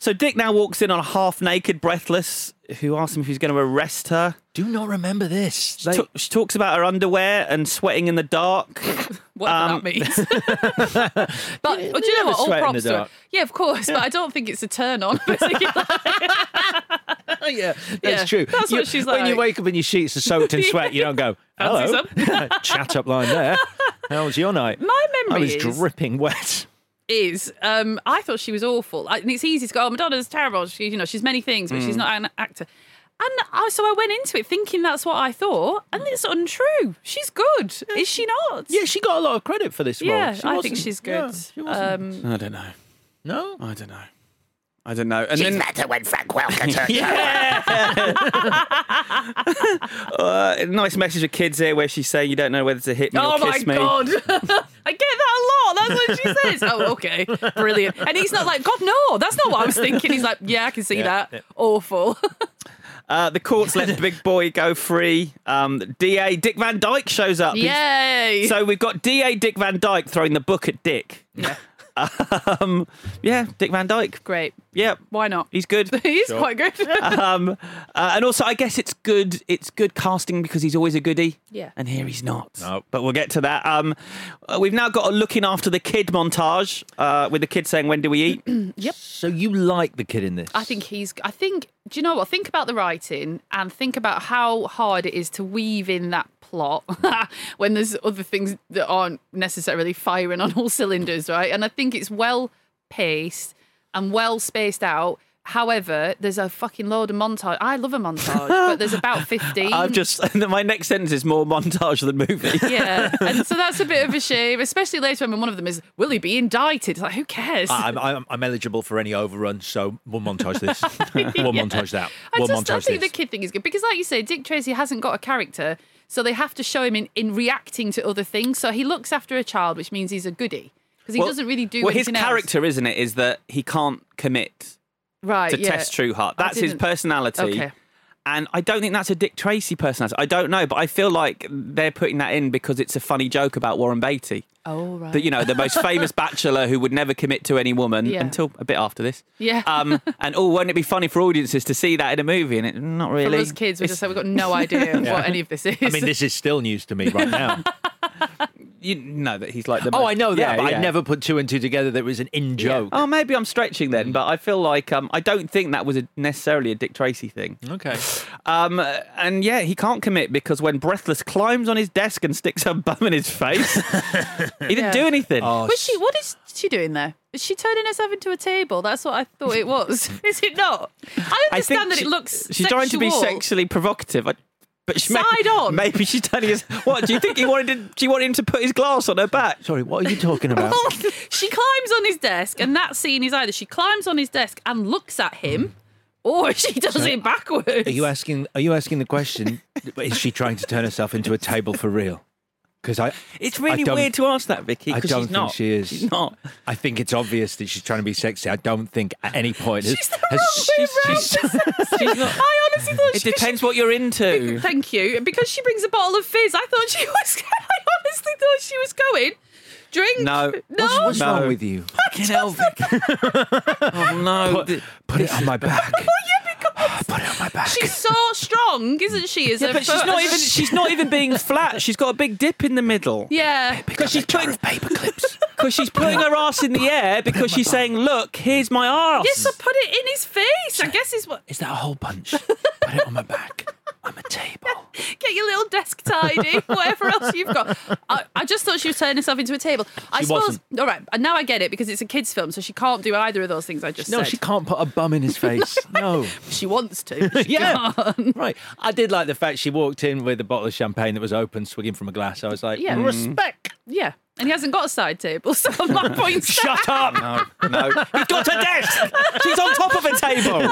So Dick now walks in on a half-naked Breathless, who asks him if he's going to arrest her.
Do not remember this.
Ta- she talks about her underwear and sweating in the
<laughs>
dark.
Whatever
Um,
<laughs>
that means. but
You-
do
you
you know
never
what? All
sweat in the
props to her.
dark.
Yeah, of course. But I don't think it's a turn on. <laughs> particularly.
Oh, yeah, that's
Yeah,
true.
that's
You-
what she's
When you
like.
wake up and your sheets are soaked
<laughs>
in sweat, you don't go, hello. <laughs>
Fancy
Chat up line there. How was your night?
My
I
memory
was
is-
dripping wet. <laughs>
is um, I thought she was awful, I, and it's easy to go. Oh, Madonna's terrible. She, you know, she's many things, but
Mm.
she's not an actor. And I, so I went into it thinking that's what I thought, and it's untrue. She's good, is she not?
Yeah, she got a lot of credit for this role.
Yeah,
She
I think
wasn't-
she's good.
yeah, she wasn't-
um,
I don't know.
no?
I don't know. I don't know. And then,
better when Frank Wilkins
<laughs> Uh, nice message of kids here where she's saying you don't know whether to hit me
oh
or
my
kiss me.
god, I get that a lot. That's what she says. Oh, okay, brilliant. And he's not like, God, no, that's not what I was thinking. He's like, Yeah, I can see that.
<laughs>
Awful.
Uh, the courts
<laughs>
let Big Boy go free. Um, DA Dick Van Dyke shows up. He's-
Yay.
So we've got DA Dick Van Dyke throwing the book at Dick. Yeah. <laughs> um, yeah, Dick Van Dyke.
great.
Yeah.
Why not?
He's good.
<laughs> He's quite good.
um, uh, and also, I guess it's good. It's good casting because he's always a goodie.
Yeah.
And here he's not.
No.
But we'll get to that. Um, uh, we've now got a looking after the kid montage uh, with the kid saying, "When do we
<clears throat>
eat?"
So you like the kid in this?
I think he's. I think. Do you know what? Think about the writing and think about how hard it is to weave in that plot <laughs> when there's other things that aren't necessarily firing on all cylinders, right? And I think it's well paced and well spaced out. However, there's a fucking load of montage. I love a montage, but there's about
<laughs>
15.
I've just
<laughs>
my next sentence is more montage than movie.
<laughs> Yeah. And so that's a bit of a shame, especially later when one of them is, will he be indicted? It's like, who cares?
Ah,
I- I'm, I'm, I'm eligible for any overrun, so we'll montage this. we'll montage that.
I
We'll
just I
montage
think
this.
the kid thing is good because, like you say, Dick Tracy hasn't got a character, So they have to show him in, in reacting to other things. So he looks after a child, which means he's a goody because he
Well-
doesn't really do
Well, his
anything else.
character, isn't it, is that he can't commit
right,
to
yeah.
test Trueheart.
I
That's his
didn't-
personality.
Okay.
And I don't think that's a Dick Tracy personality. I don't know, but I feel like they're putting that in because it's a funny joke about Warren Beatty.
Oh right.
The, you know, the most
<laughs>
famous bachelor who would never commit to any woman
Yeah.
until a bit after this.
Yeah. <laughs>
Um, and oh, won't it be funny for audiences to see that in a movie? And it, not really.
From us kids, we
It's-
just like, we've
<laughs>
got no idea
Yeah.
what any of this is.
I mean, this is still news to me right now.
you know that he's like the.
oh,
most-
I know that,
Yeah,
but
yeah.
I never put two and two together. That it was an in joke.
Oh, maybe I'm stretching then, but I feel like um, I don't think that was a, necessarily a Dick Tracy thing.
Okay.
Um, and yeah, he can't commit because when Breathless climbs on his desk and sticks her bum in his
<laughs>
face, he didn't
Yeah.
do anything.
Oh,
Was she? What is she doing there? Is she turning herself into a table? That's what I thought it was. <laughs> is it not? I
I think
understand that
she-
it looks.
She's trying to be
sexual.
sexually provocative. I, but she may-
Side on.
Maybe she's telling us. What do you think he wanted? To, she wanted him to put his glass on her back.
Sorry, what are you talking about?
<laughs> she climbs on his desk, and that scene is either she climbs on his desk and looks at him, or she does
So-
it backwards.
Are you asking? Are you asking the question? is she trying to turn herself into a table for real? Because I,
It's
I
really
don't-
weird to ask that, Vicky.
I
'cause
don't
she's
think
not.
she is.
She's not.
I think it's obvious that she's trying to be sexy. I don't think at any point has,
She's the
has
wrong way
she's-
round
<laughs>
to say it. <laughs> I honestly thought
It
she.
depends what you're into.
<laughs> Thank you. Because she brings a bottle of fizz, I thought she <laughs> was. I honestly thought she was going. Drink.
No.
No.
What's, what's
No.
wrong with you?
Fucking hell, Vicky. <laughs> oh no.
Put, put it on my back. put it on my back.
She's so strong, isn't she? As
Yeah,
a
but she's
fo-
not
as a-
even. She's not even
<laughs>
being flat. She's got a big dip in the middle.
Yeah.
because she's putting paper <laughs> clips.
Because she's putting her ass in the air because she's saying, "Look, here's my ass."
Yes, I put it in his face. I guess is what.
Is that a hole punch? put it on my back. I'm a table.
Get your little
<laughs>
desk tidy, whatever else you've got. I, I just thought she was turning herself into a table. I
She
suppose.
wasn't.
All right, and now I get it because it's a kids' film, so she can't do either of those things I just
No,
said.
she can't put a bum in his <laughs> face. No.
She wants to. but
<laughs>
she
Yeah.
can't.
Right. I did like the fact she walked in with a bottle of champagne that was open, swigging from a glass. I was like, "Hmm."
Yeah.
respect.
Yeah, and he hasn't got a side table, <laughs> so my point. <laughs>
Shut up.
No, no. He's got a desk. She's on top of a table.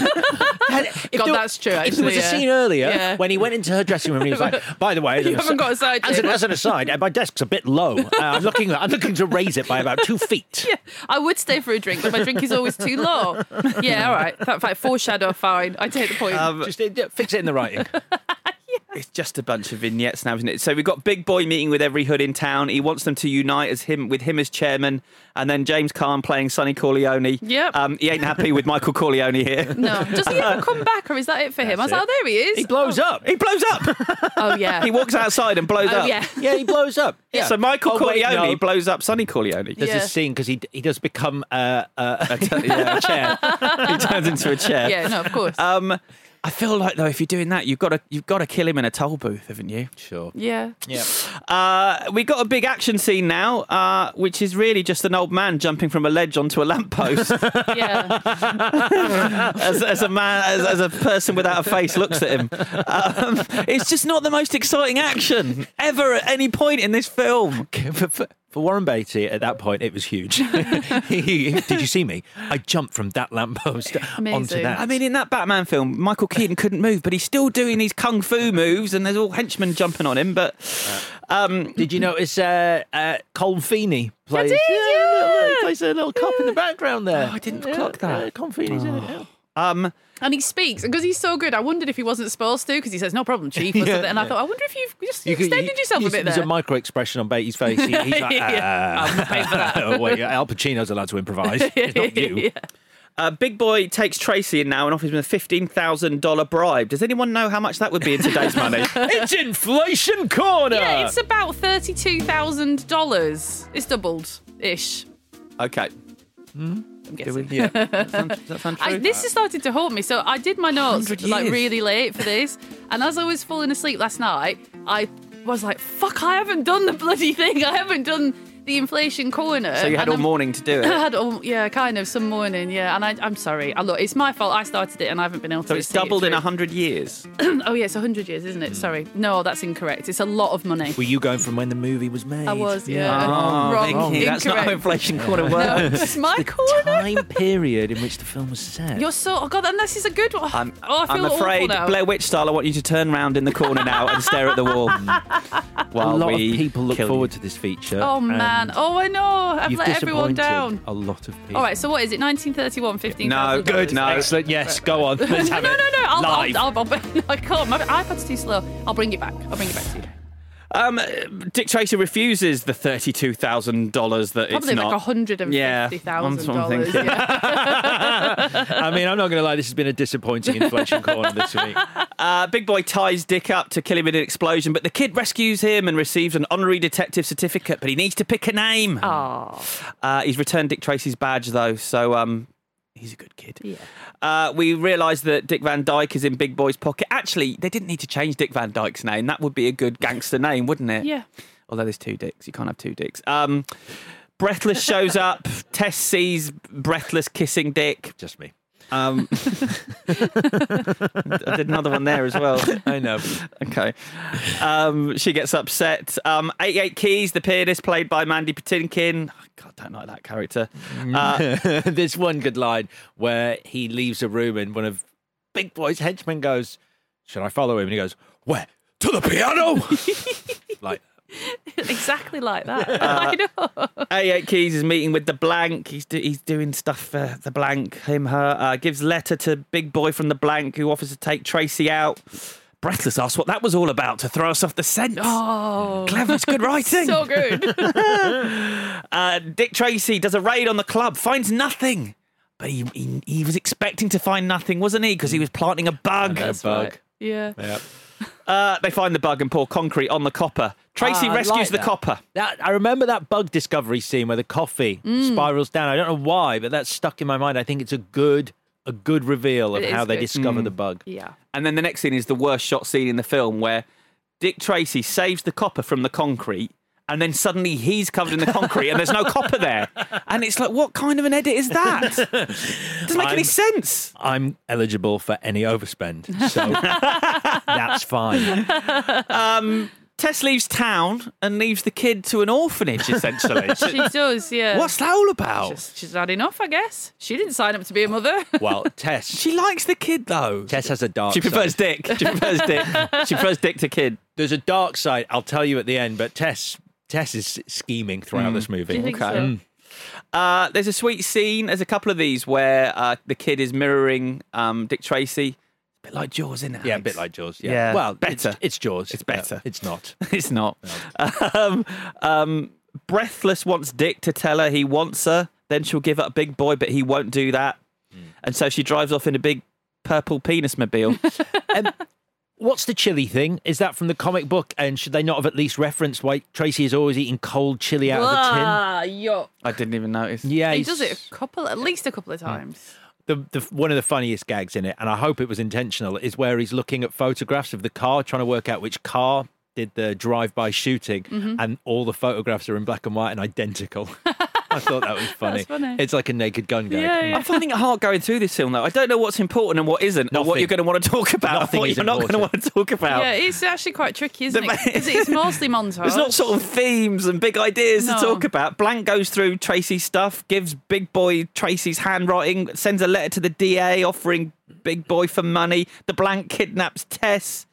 If
God,
there-
that's true,
If there was
actually,
a
yeah.
scene earlier
Yeah.
when he went into her dressing room and he was like, by the way, as
<laughs> You
an
haven't
asi-
got a side
as, an,
table."
as an aside, uh, my desk's a bit low. Uh, I'm looking I'm looking to raise it by about two feet.
Yeah, I would stay for a drink, but my drink is always
<laughs>
too low. Yeah, all right. That fact, foreshadow, fine. I take the point.
Just uh, fix it in the writing.
It's just a bunch of vignettes now, isn't it? So we've got Big Boy meeting with every hood in town. He wants them to unite as him with him as chairman, and then James Caan playing Sonny Corleone.
Yep.
Um, he ain't happy with Michael Corleone here.
no, does
<laughs>
he ever come back, or is that it for him? I was
That's
like, oh, there he is.
He blows up.
He blows up.
Oh yeah.
he walks outside and blows
Oh,
up.
yeah.
Yeah, he blows
<laughs>
up. Yeah.
So Michael
Oh, wait,
Corleone
no.
blows up Sonny Corleone. <laughs>
There's
Yeah.
this scene because he he does become uh, <laughs> uh,
yeah, a chair. he turns into a chair.
Yeah, no, of course.
Um, I feel like though, if you're doing that, you've got to you've got to kill him in a toll booth, haven't you?
sure.
yeah.
Yeah.
Uh, we got a big action scene now, uh, which is really just an old man jumping from a ledge onto a
<laughs>
lamppost
Yeah.
as, as a man, as, as a person without a face looks at him. Um, it's just not the most exciting action ever at any point in this film.
for, for, for Warren Beatty at that point, it was huge. <laughs> He- did you see me? I jumped from that
<laughs>
lamppost onto
Amazing.
that.
I mean, in that Batman film, Michael Keaton couldn't move, but he's still doing these kung fu moves, and there's all henchmen jumping on him. But um,
did you notice uh, uh, Colm Feeney plays?
did,
little-
yeah.
he plays a little cop in the background there.
Oh, I didn't
yeah,
clock that.
yeah, Colm Feeney's in it. yeah.
Oh.
um,
And he speaks, and because he's so good, I wondered if he wasn't supposed to, because he says, no problem,
<laughs>
chief, or something. And I thought, I wonder if you've just
could-
extended yourself
you-
a bit
There's
there.
a micro expression on Beatty's face. He,
<laughs>
he's like,
Yeah.
"Ah."
I'm not paying for that.
<laughs> Oh, wait, Al Pacino's allowed to
<laughs>
improvise. It's not you.
Yeah.
Uh, Big Boy takes Tracy in now and offers him a fifteen thousand dollar bribe. Does anyone know how much that would be in today's money?
It's inflation corner.
<laughs>
uh,
Yeah, it's about $32,000. It's doubled ish.
<laughs> okay.
Hmm? I'm guessing.
Yeah. That sounds, that sounds true.
I, this has started to haunt me. So I did my notes
100
like
years.
really late for this, and as I was falling asleep last night, I was like, "Fuck! I haven't done the bloody thing. I haven't done the inflation corner.
So you had
and
all
I'm-
morning to do it.
<laughs> I had all, yeah, kind of some morning, yeah. And I, I'm sorry. I, look, it's my fault. I started it and I haven't been able to.
So it's
see it
doubled in
through.
100 years.
oh yeah, it's hundred years, isn't it? Sorry, no, that's incorrect. It's a lot of money.
Were you going from when the movie was made?
I was, yeah.
Oh,
Wrong,
Vicky,
incorrect.
that's not how inflation corner
<laughs> No,
works.
it's my
the
corner.
time period in which the film was set.
You're so. Oh god, and this is a good one.
I'm,
oh, I
I'm
feel awful
afraid,
now.
Blair Witch style, I want you to turn round in the corner now and stare at the
<laughs>
wall. While
a lot of
we
people look
kill you.
forward to this feature.
oh man.
and
Oh, I know. I've
you've
let everyone
disappointed
down.
A lot of people.
All right. So what is it? 1931, 15.
No, good. No, excellent. Yes, go on. Let's
<laughs> no,
have
no,
it
no, no. I'll,
live.
I'll, <laughs> I'll, I'll, no, I can't. My iPad's too slow. I'll bring it back. I'll bring it back to you.
Um, Dick Tracy refuses the thirty-two thousand dollars that
Probably
it's
like
not.
$150,000.
Yeah, that's what I'm thinking.
I mean, I'm not going to lie. This has been a disappointing inflation corner this week.
Uh, Big Boy ties Dick up to kill him in an explosion, but the kid rescues him and receives an honorary detective certificate. But he needs to pick a name. Uh, he's returned Dick Tracy's badge though, so um, he's a good kid. Yeah. Uh, we realise that Dick Van Dyke is in Big Boy's pocket. Actually, they didn't need to change Dick Van Dyke's name. That would be a good gangster name, wouldn't it?
<laughs> Yeah.
Although there's two dicks, you can't have two dicks. Um, Breathless shows up. Tess sees Breathless kissing Dick.
Just me.
Um, I did another one there as well.
I know.
Okay. Um, she gets upset. Um, 88 Keys, the pianist played by Mandy Patinkin. Oh, God, don't like that character. Uh,
<laughs> There's one good line where he leaves a room and one of Big Boy's henchmen goes, "Should I follow him?" And he goes, "Where to the piano?" like
exactly like that.
Uh,
<laughs> I know.
88 Keys is meeting with the blank. He's, do- he's doing stuff for the blank, him, her. Uh, gives letter to Big Boy from the blank who offers to take Tracy out. Breathless asks what that was all about to throw us off the scent.
Oh,
Clever, it's good writing.
so good. <laughs>
Uh, Dick Tracy does a raid on the club, finds nothing. But he, he, he was expecting to find nothing, wasn't he? Because he was planting a bug.
That's bug. right.
Yeah.
Yep.
Uh, they find the bug and pour concrete on the copper. Tracy
Ah, I
rescues
like
the
that.
copper.
That, I remember that bug discovery scene where the coffee spirals down. I don't know why, but that's stuck in my mind. I think it's a good a good reveal of
It
how
is
they
good.
discover the bug.
Yeah.
And then the next scene is the worst shot scene in the film where Dick Tracy saves the copper from the concrete. And then suddenly he's covered in the concrete and there's no copper there. And it's like, what kind of an edit is that? Doesn't make any
I'm-
sense.
I'm eligible for any overspend, so that's fine.
Tess leaves town and leaves the kid to an orphanage, essentially.
She
<laughs>
does, yeah.
What's that all about?
uh, She's, she's had enough, I guess. She didn't sign up to be a mother. <laughs>
<laughs> Well, Tess,
She likes the kid though.
Tess has a dark.
She prefers
side.
Dick. She prefers Dick. she prefers Dick to kid.
There's a dark side. I'll tell you at the end. But Tess, Tess is scheming throughout this movie.
Do you think so?
Uh, there's a sweet scene. There's a couple of these where uh, the kid is mirroring um, Dick Tracy. A bit like Jaws, isn't it?
Yeah, a
Alex?
bit like Jaws. Yeah.
Yeah.
Well,
Better.
It's, it's Jaws.
It's better.
Yeah, it's not.
<laughs> it's not. Um, um, Breathless wants Dick to tell her he wants her. Then she'll give up Big Boy, but he won't do that.
Hmm.
And so she drives off in a big purple penis
<laughs>
mobile.
What's the chili thing? Is that from the comic book? And should they not have at least referenced why Tracy is always eating cold chili out of the tin?
Ah, yo.
I didn't even notice.
Yeah,
He
he's-
does it a couple, at least a couple of times.
The, the one of the funniest gags in it, and I hope it was intentional, is where he's looking at photographs of the car, trying to work out which car did the drive-by shooting,
Mm-hmm.
and all the photographs are in black and white and identical. <laughs> I thought that was funny.
funny.
It's like a naked gun gag.
Yeah, yeah.
I'm finding it hard going through this film though. I don't know what's important and what isn't, or what
Nothing.
you're going to want to talk about,
Nothing
or what
is
you're not going to want
important.
to talk about.
Yeah, it's actually quite tricky, isn't
The-
it? 'Cause it's mostly montage.
There's not sort of themes and big ideas
No.
to talk about. Blank goes through Tracy's stuff, gives Big Boy Tracy's handwriting, sends a letter to the DA offering Big Boy for money. The Blank kidnaps Tess.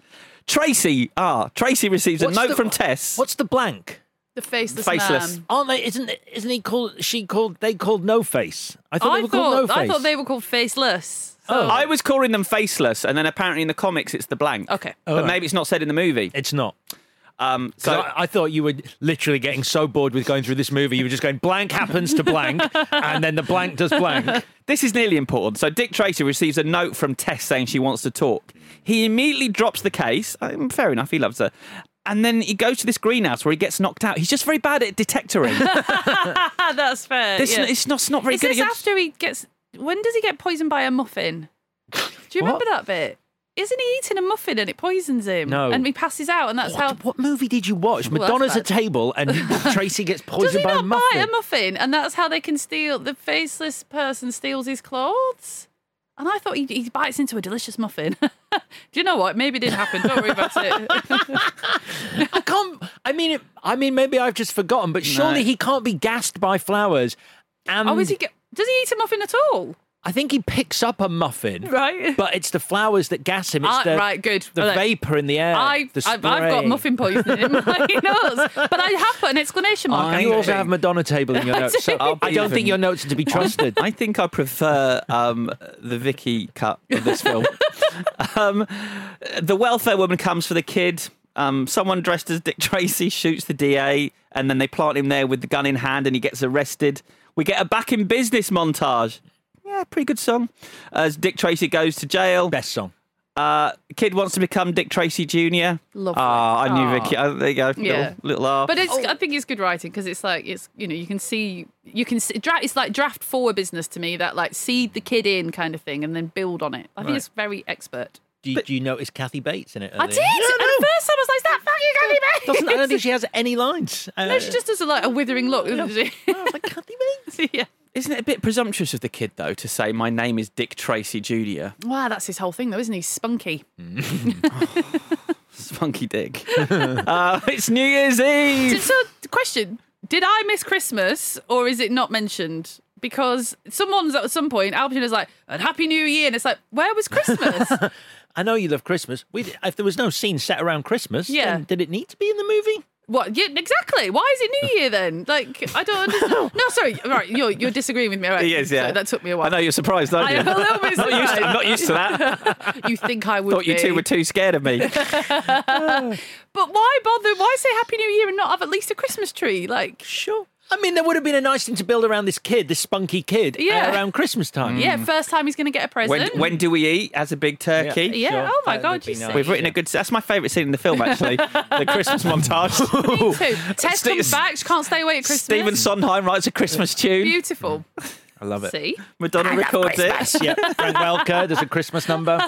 Tracy, ah, Tracy receives
What's
a note
the-
from Tess.
What's the blank?
the faceless,
Faceless.
man.
Aren't they? Isn't isn't he called? She called. They called No Face. I thought
I
they were
thought
called No Face.
I thought they were called faceless. So-
I was calling them faceless, and then apparently in the comics it's the blank.
Okay.
But
Alright.
maybe it's not said in the movie.
It's not.
Um,
So
so
I, I thought you were literally getting so bored with going through this movie, you were just going blank happens to
<laughs>
blank, and then the blank does blank.
This is nearly important. So Dick Tracy receives a note from Tess saying she wants to talk. He immediately drops the case. Um, fair enough, he loves her. And then he goes to this greenhouse where he gets knocked out. He's just very bad at
<laughs>
detectoring.
<laughs> ah, that's fair.
this,
yeah.
It's not, it's not very
Is
good.
this
against-
after he gets? When does he get poisoned by a muffin? Do you remember that bit? Isn't he eating a muffin and it poisons him?
No.
And he passes out, and that's how.
What movie did you watch?
Well, that's
Madonna's
bad.
a table
<laughs>
and Tracy gets
Does he
poisoned by a
not
muffin.
buy a muffin? And that's how they can steal. The faceless person steals his clothes. And I thought he, he bites into a delicious muffin. <laughs> Do you know what? Maybe it didn't happen. Don't worry about
<laughs>
it.
I can't. I mean, it, I mean, maybe I've just forgotten, but surely he can't be gassed by flowers. And
oh, is he? Get, does he eat a muffin at all?
I think he picks up a muffin,
Right.
But it's the flowers that gas him. It's
Ah,
the,
right, good.
The
Right.
vapor in the air.
I,
the
I've, I've got
spray.
muffin poisoning <laughs> in my nose, but I have put an exclamation mark.
I
after
you also
it.
have Madonna table in your
I
notes, so
do. I'll
I don't
even-
think your notes are to be trusted.
I think I prefer um, the Vicky cut of this
<laughs>
film. um, the welfare woman comes for the kid. Um, someone dressed as Dick Tracy shoots the DA, and then they plant him there with the gun in hand, and he gets arrested. We get a back in business montage. Yeah, pretty good song. As Dick Tracy goes to jail.
Best song.
Uh, kid wants to become Dick Tracy Jr.
Lovely.
Ah, I knew
Ah.
Vicky. Oh, there you go.
Yeah.
Little, little R.
But
Oh.
it's, I think it's good writing because it's like it's you know you can see you can see, dra- it's like draft forward business to me that like seed the kid in kind of thing and then build on it. I think
Right.
it's very expert.
do, you, do you notice Kathy Bates in it?
I did. And the first time I was like, "Is that fucking Kathy Bates?"
Doesn't, I don't think she has any lines. Uh,
no, <laughs> she just does a, like a withering look. doesn't she? <laughs> yeah.
Isn't it a bit presumptuous of the kid though to say my name is Dick Tracy Jr.
Wow, that's his whole thing though, isn't he? Spunky.
<laughs> Funky Dick. uh, it's New Year's Eve.
So, so the question: Did I miss Christmas, or is it not mentioned? Because someone's at some point, Alpine is like, "And Happy New Year," and it's like, "Where was <laughs> Christmas?"
I know you love Christmas. We, if there was no scene set around Christmas,
Yeah.
then did it need to be in the movie?
what? Yeah, exactly. Why is it New Year then? Like, I don't <laughs> understand. No, sorry. Right, you're you're disagreeing with me, right?
Yes, yeah.
Sorry, that took me a while.
I know you're surprised, aren't you?
<laughs> I'm
<laughs>
a little bit
Not used to,
surprised.
not used to that.
<laughs> You think I would?
Thought you
be.
two were too scared of me.
<laughs> But why bother? Why say Happy New Year and not have at least a Christmas tree? Like,
Sure. I mean, there would have been a nice thing to build around this kid, this spunky kid,
Yeah.
uh, around Christmas time.
yeah, first time he's going to get a
When,
present.
when do we eat as a big turkey?
Yeah, oh my
that
God,
would be
you said-
We've written a good. That's my favourite scene in the film,
<laughs>
actually. the Christmas montage. <laughs>
So, Tess
Steve-
comes back. She can't stay away at Christmas.
Stephen Sondheim writes a Christmas tune.
Beautiful.
I love it.
See?
Madonna records it.
yeah, Frank Welker does a Christmas <laughs> number.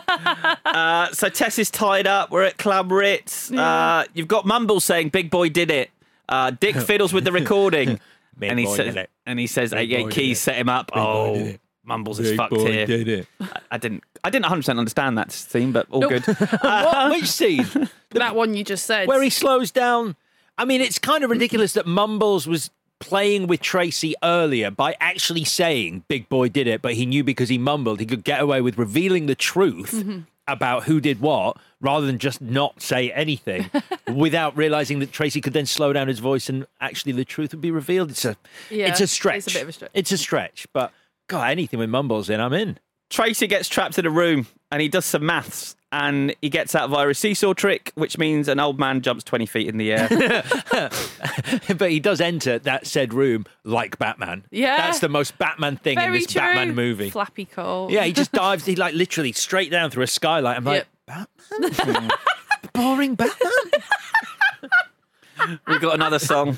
Uh, so Tess is tied up. We're at Club Ritz. Uh, you've got Mumble saying, "Big boy did it." Uh,
<laughs>
Dick fiddles with the recording,
Big
and he
boy
says,
did it.
"And he says, eight,
boy
eight
did
keys
it.
set him up."
boy did
oh,
it.
Mumbles is fucked here. I, I didn't. I didn't 100 percent understand that scene, but all
Nope.
good.
<laughs>
Uh,
What, which scene?
that one you just said.
Where he slows down. I mean, it's kind of ridiculous that Mumbles was playing with Tracy earlier by actually saying Big Boy did it, but he knew because he mumbled he could get away with revealing the truth. About who did what, rather than just not say anything, without realizing that Tracy could then slow down his voice and actually the truth would be revealed. It's a,
Yeah,
it's
it's
a
a
stretch.
bit of a stretch.
It's a stretch, but God, anything with mumbles in, I'm in.
Tracy gets trapped in a room, and he does some maths, and he gets out via a seesaw trick, which means an old man jumps 20 feet in the
<laughs>
air.
<laughs> but he does enter that said room like Batman.
Yeah.
that's the most Batman thing in
Very
this
true.
Batman movie.
Flappy coat.
Yeah, he just dives. He like literally straight down through a skylight. I'm like, Batman, boring Batman.
We've got another song.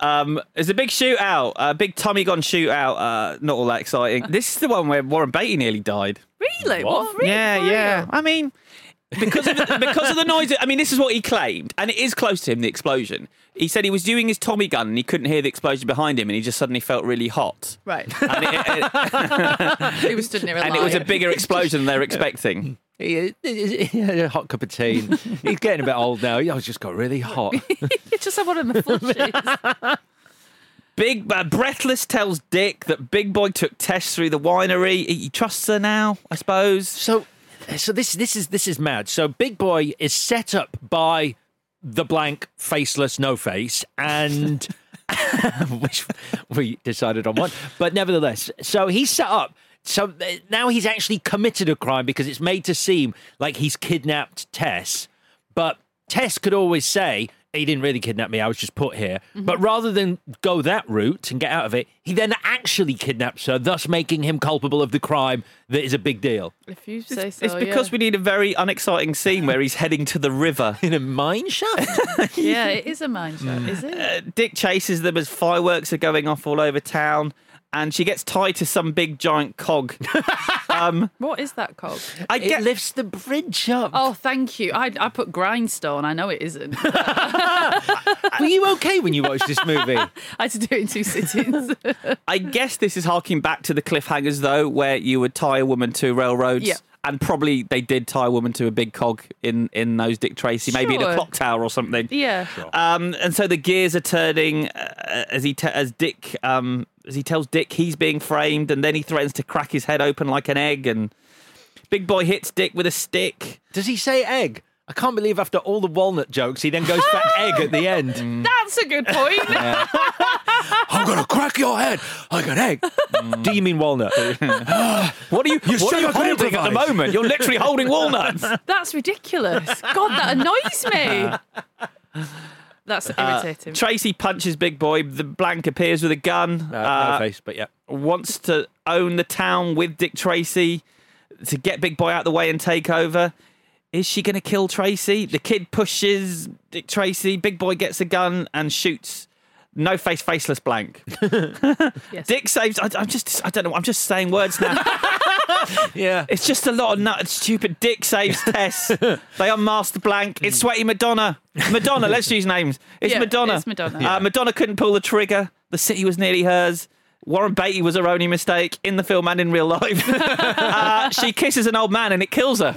Um, it's a big shootout, a big Tommy Gun shootout. Uh, not all that exciting. This is the one where Warren Beatty nearly died.
Really? What? Really?
yeah,
For
yeah.
real?
I mean, because of the, <laughs> because of the noise. I mean, this is what he claimed, and it is close to him. The explosion. He said he was doing his Tommy Gun, and he couldn't hear the explosion behind him, and he just suddenly felt really hot.
Right.
And it, it-
he was stood near a
and it was a
<laughs> lion.
bigger explosion than they were expecting.
He, he- he had a hot cup of tea. and He's getting a bit old now. "Oh, He's just got really hot.
It's just like one of the flushes.
Big uh, Breathless tells Dick that Big Boy took Tess through the winery. He, he trusts her now, I suppose.
So, so this this is this is mad. So Big Boy is set up by the blank faceless no face and. <laughs> which we decided on one. But nevertheless, so he's set up. So uh, now he's actually committed a crime because it's made to seem like he's kidnapped Tess. But Tess could always say, he didn't really kidnap me, I was just put here. But rather than go that route and get out of it, he then actually kidnaps her, thus making him culpable of the crime that is a big deal.
if you say so.
It's because we need a very unexciting scene where he's heading to the river.
<laughs> In a mine shaft?
<laughs>
we.
Uh,
Yeah, it is a mind shot, is it?
Dick chases them as fireworks are going off all over town. and she gets tied to some big giant cog. um,
What is that cog?
<laughs>
I It get-
lifts the bridge up.
Oh, thank you. I, I put grindstone. I know it isn't.
<laughs> Were you okay when you watched this movie?
I had to do it in two sittings.
<laughs> I guess this is harking back to the cliffhangers, though, where you would tie a woman to railroads.
Yeah.
And probably they did tie a woman to a big cog in, in those Dick Tracy, maybe in a
Sure.
clock tower or something.
<laughs> yeah.
Um, and so the gears are turning uh, as he te- as Dick um, as he tells Dick he's being framed, and then he threatens to crack his head open like an egg. And Big Boy hits Dick with a stick.
Does he say egg? I can't believe after all the walnut jokes, he then goes <laughs> for egg at the end.
That's a good point.
I'm gonna crack your head like an egg. <laughs> Do you mean <laughs> walnut? what are
You
you? what
should
are you
have
holding at the
quantified.
moment? You're literally holding walnuts.
That's ridiculous. God, that annoys me. That's irritating.
Tracy punches Big Boy. The blank appears with a gun. Uh,
no Uh, face, but yeah.
Wants to own the town with Dick Tracy to get Big Boy out of the way and take over. Is she going to kill Tracy? The kid pushes Dick Tracy. Big Boy gets a gun and shoots. No face, faceless blank. Dick saves. I, I'm just. I don't know. I'm just saying words now.
yeah.
it's just a lot of nut. Stupid. Dick
<laughs>
saves Tess. they unmasked blank. It's
Hmm.
sweaty Madonna. Madonna. let's use names. It's
Yeah,
Madonna.
it's Madonna.
Uh, Madonna couldn't pull the trigger. The city was nearly hers. Warren Beatty was her only mistake in the film and in real
<laughs>
life. uh, she kisses an old man and it kills
<laughs>
her.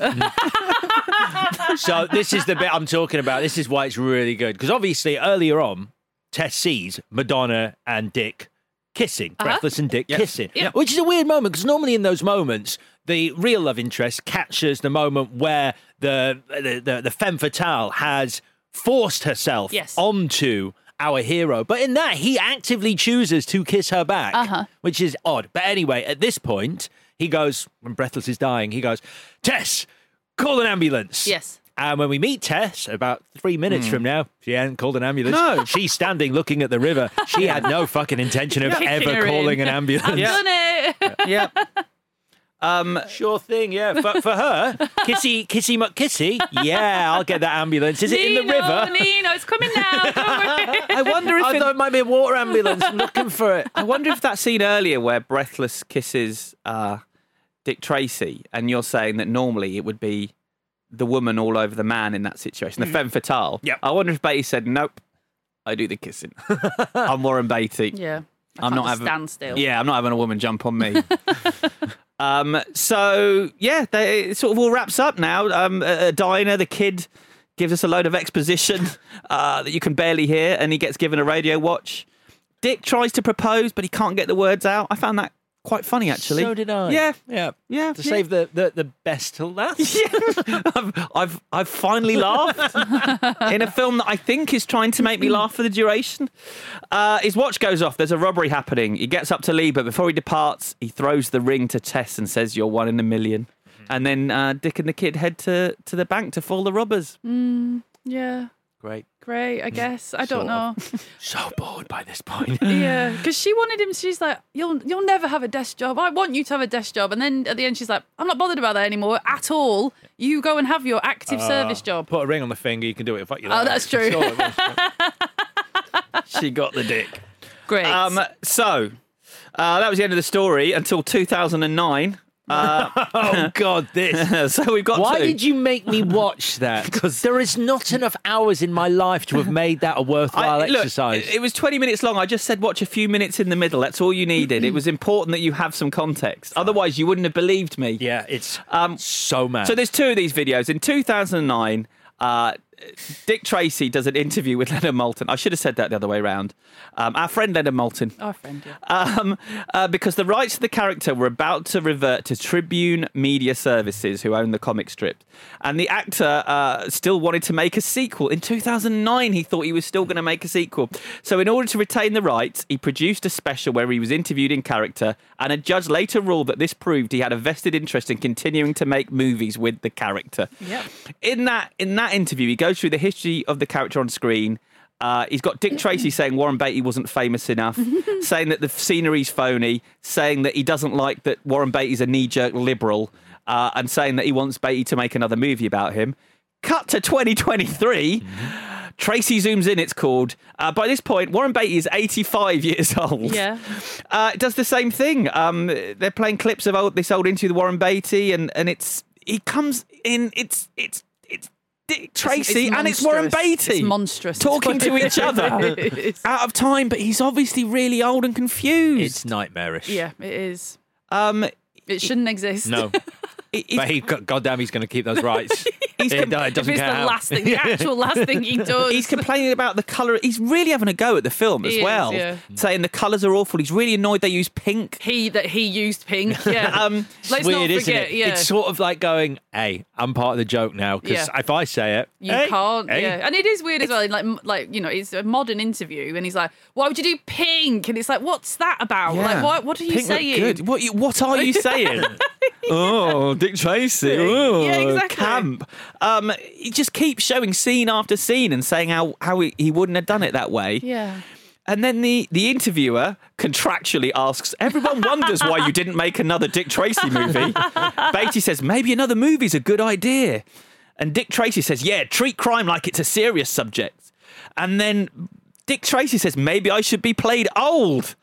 So this is the bit I'm talking about. This is why it's really good because obviously earlier on, Tess sees Madonna and Dick kissing, Breathless and Dick kissing,
Uh-huh. Yeah.
which is a weird moment because normally in those moments. The real love interest captures the moment where the the, the, the femme fatale has forced herself
Yes.
onto our hero, but in that he actively chooses to kiss her back,
Uh-huh.
which is odd. But anyway, at this point, he goes when Breathless is dying. He goes, Tess, call an ambulance.
Yes.
And when we meet Tess about three minutes from now, she hadn't called an ambulance.
No.
She's standing looking at the river. She had no fucking intention of
<laughs> Kicking
ever
her
calling
in.
an ambulance.
Done it.
yeah. Um,
Sure thing, yeah. For, for her, Kissy, Kissy McKissy, yeah, I'll get that ambulance. Is it in the
Nino,
river?
Nino, it's coming now. Don't worry.
<laughs> I wonder if
I
in-
thought Oh, it might be a water ambulance. I'm looking for it.
I wonder if that scene earlier where Breathless kisses uh, Dick Tracy, and you're saying that normally it would be the woman all over the man in that situation, the femme fatale.
Hmm. Yep.
I wonder if Beatty said, "Nope, I do the kissing.
<laughs>
I'm Warren Beatty.
Yeah. I
I'm
can't
not
just
having
stand still.
Yeah, I'm not having a woman jump on me." um, so yeah, they, it sort of all wraps up now. Um, a, a diner, the kid gives us a load of exposition <laughs> uh, that you can barely hear, and he gets given a radio watch. Dick tries to propose, but he can't get the words out. I found that quite funny, actually.
So did I.
Yeah,
yeah,
yeah.
To
yeah.
save the, the, the best till <laughs> last.
Yeah. I've, I've I've finally
<laughs>
laughed in a film that I think is trying to make me laugh for the duration. Uh, his watch goes off. There's a robbery happening. He gets up to leave, but before he departs, he throws the ring to Tess and says, "You're one in a million.
Mm-hmm.
And then uh, Dick and the kid head to, to the bank to fool the robbers.
Yeah.
Great. Mm.
Great, I guess. I don't
Sort
know.
of. So bored by this point.
Yeah, because she wanted him. She's like, "You'll you'll never have a desk job. I want you to have a desk job." And then at the end, she's like, "I'm not bothered about that anymore at all. You go and have your active
Uh,
service job."
Put a ring on the finger. You can do it if you
like. that's true. Sure,
<laughs>
She got the dick.
Great.
Um, so uh, that was the end of the story until 2009.
<laughs> oh God, this.
Uh, <laughs> so we've got
Why
to-
did you make me watch that? <laughs> Because there is not enough hours in my life to have made that a worthwhile
I- look,
exercise.
it- it was 20 minutes long. I just said watch a few minutes in the middle. That's all you needed. it was important that you have some context. Otherwise, you wouldn't have believed me.
yeah, <laughs> it's
Um,
so mad.
So there's two of these videos. In 2009, uh, Dick Tracy does an interview with <laughs> Leonard Moulton. I should have said that the other way around. Um, our friend Leonard Moulton.
Our friend, yeah.
Um, uh, because the rights to the character were about to revert to Tribune Media Services, who owned the comic strip. And the actor uh, still wanted to make a sequel. In 2009, he thought he was still going to make a sequel. So, in order to retain the rights, he produced a special where he was interviewed in character. And a judge later ruled that this proved he had a vested interest in continuing to make movies with the character.
Yep.
In that in that interview, he goes through the history of the character on screen. Uh, he's got
<clears throat>
Dick Tracy saying Warren Beatty wasn't famous
<laughs>
enough, saying that the scenery's phony, saying that he doesn't like that Warren Beatty's a knee jerk liberal, uh,
<laughs>
and saying that he wants Beatty to make another movie about him. Cut to 2023. Tracy zooms in, it's called. Uh, by this point, Warren Beatty is 85 years <laughs> old.
Yeah.
Uh, it does the same thing. Um, they're playing clips of old, this old interview with Warren Beatty, and, and it's he comes in. It's it's it's Dick Tracy
it's
and it's Warren
monstrous.
Beatty.
It's monstrous.
talking
It's what
to
<laughs> it
each other
is.
out of time, but he's obviously really old and confused.
It's nightmarish.
Yeah, it is.
Um,
It shouldn't exist.
<laughs>
<laughs>
No. but he, go- goddamn, he's going to keep those rights.
He's
It-
com-
no, it
if
doesn't
it's the
count.
last thing, the actual last thing he
<laughs>
does.
He's complaining about the colour. He's really having a go at the film as
He is,
well,
yeah.
saying the colours are awful. He's really annoyed they use pink.
He that he used pink. Yeah.
Um,
It's
Let's
weird,
not
isn't
forget.
it?
Yeah.
It's sort of like going, "Hey, I'm part of the joke now." Because
Yeah.
if I say it,
You
"Hey,
can't,
hey."
yeah, and it is weird as well. Like, m- like you know, it's a modern interview, and he's like, "Why would you do pink?" And it's like, "What's that about?
Yeah.
Like, what, what are you
Pink look
saying?"
Good. What, you, what are you
<laughs>
<laughs>
saying? oh, Dick Tracy. Oh,
Yeah, exactly.
Camp. Um, he just keeps showing scene after scene and saying how, how he, he wouldn't have done it that way.
Yeah,
And then the, the interviewer contractually asks, Everyone wonders why you didn't make another Dick Tracy movie. Beatty says, Maybe another movie's a good idea. And Dick Tracy says, Yeah, treat crime like it's a serious subject. And then Dick Tracy says, Maybe I should be played old.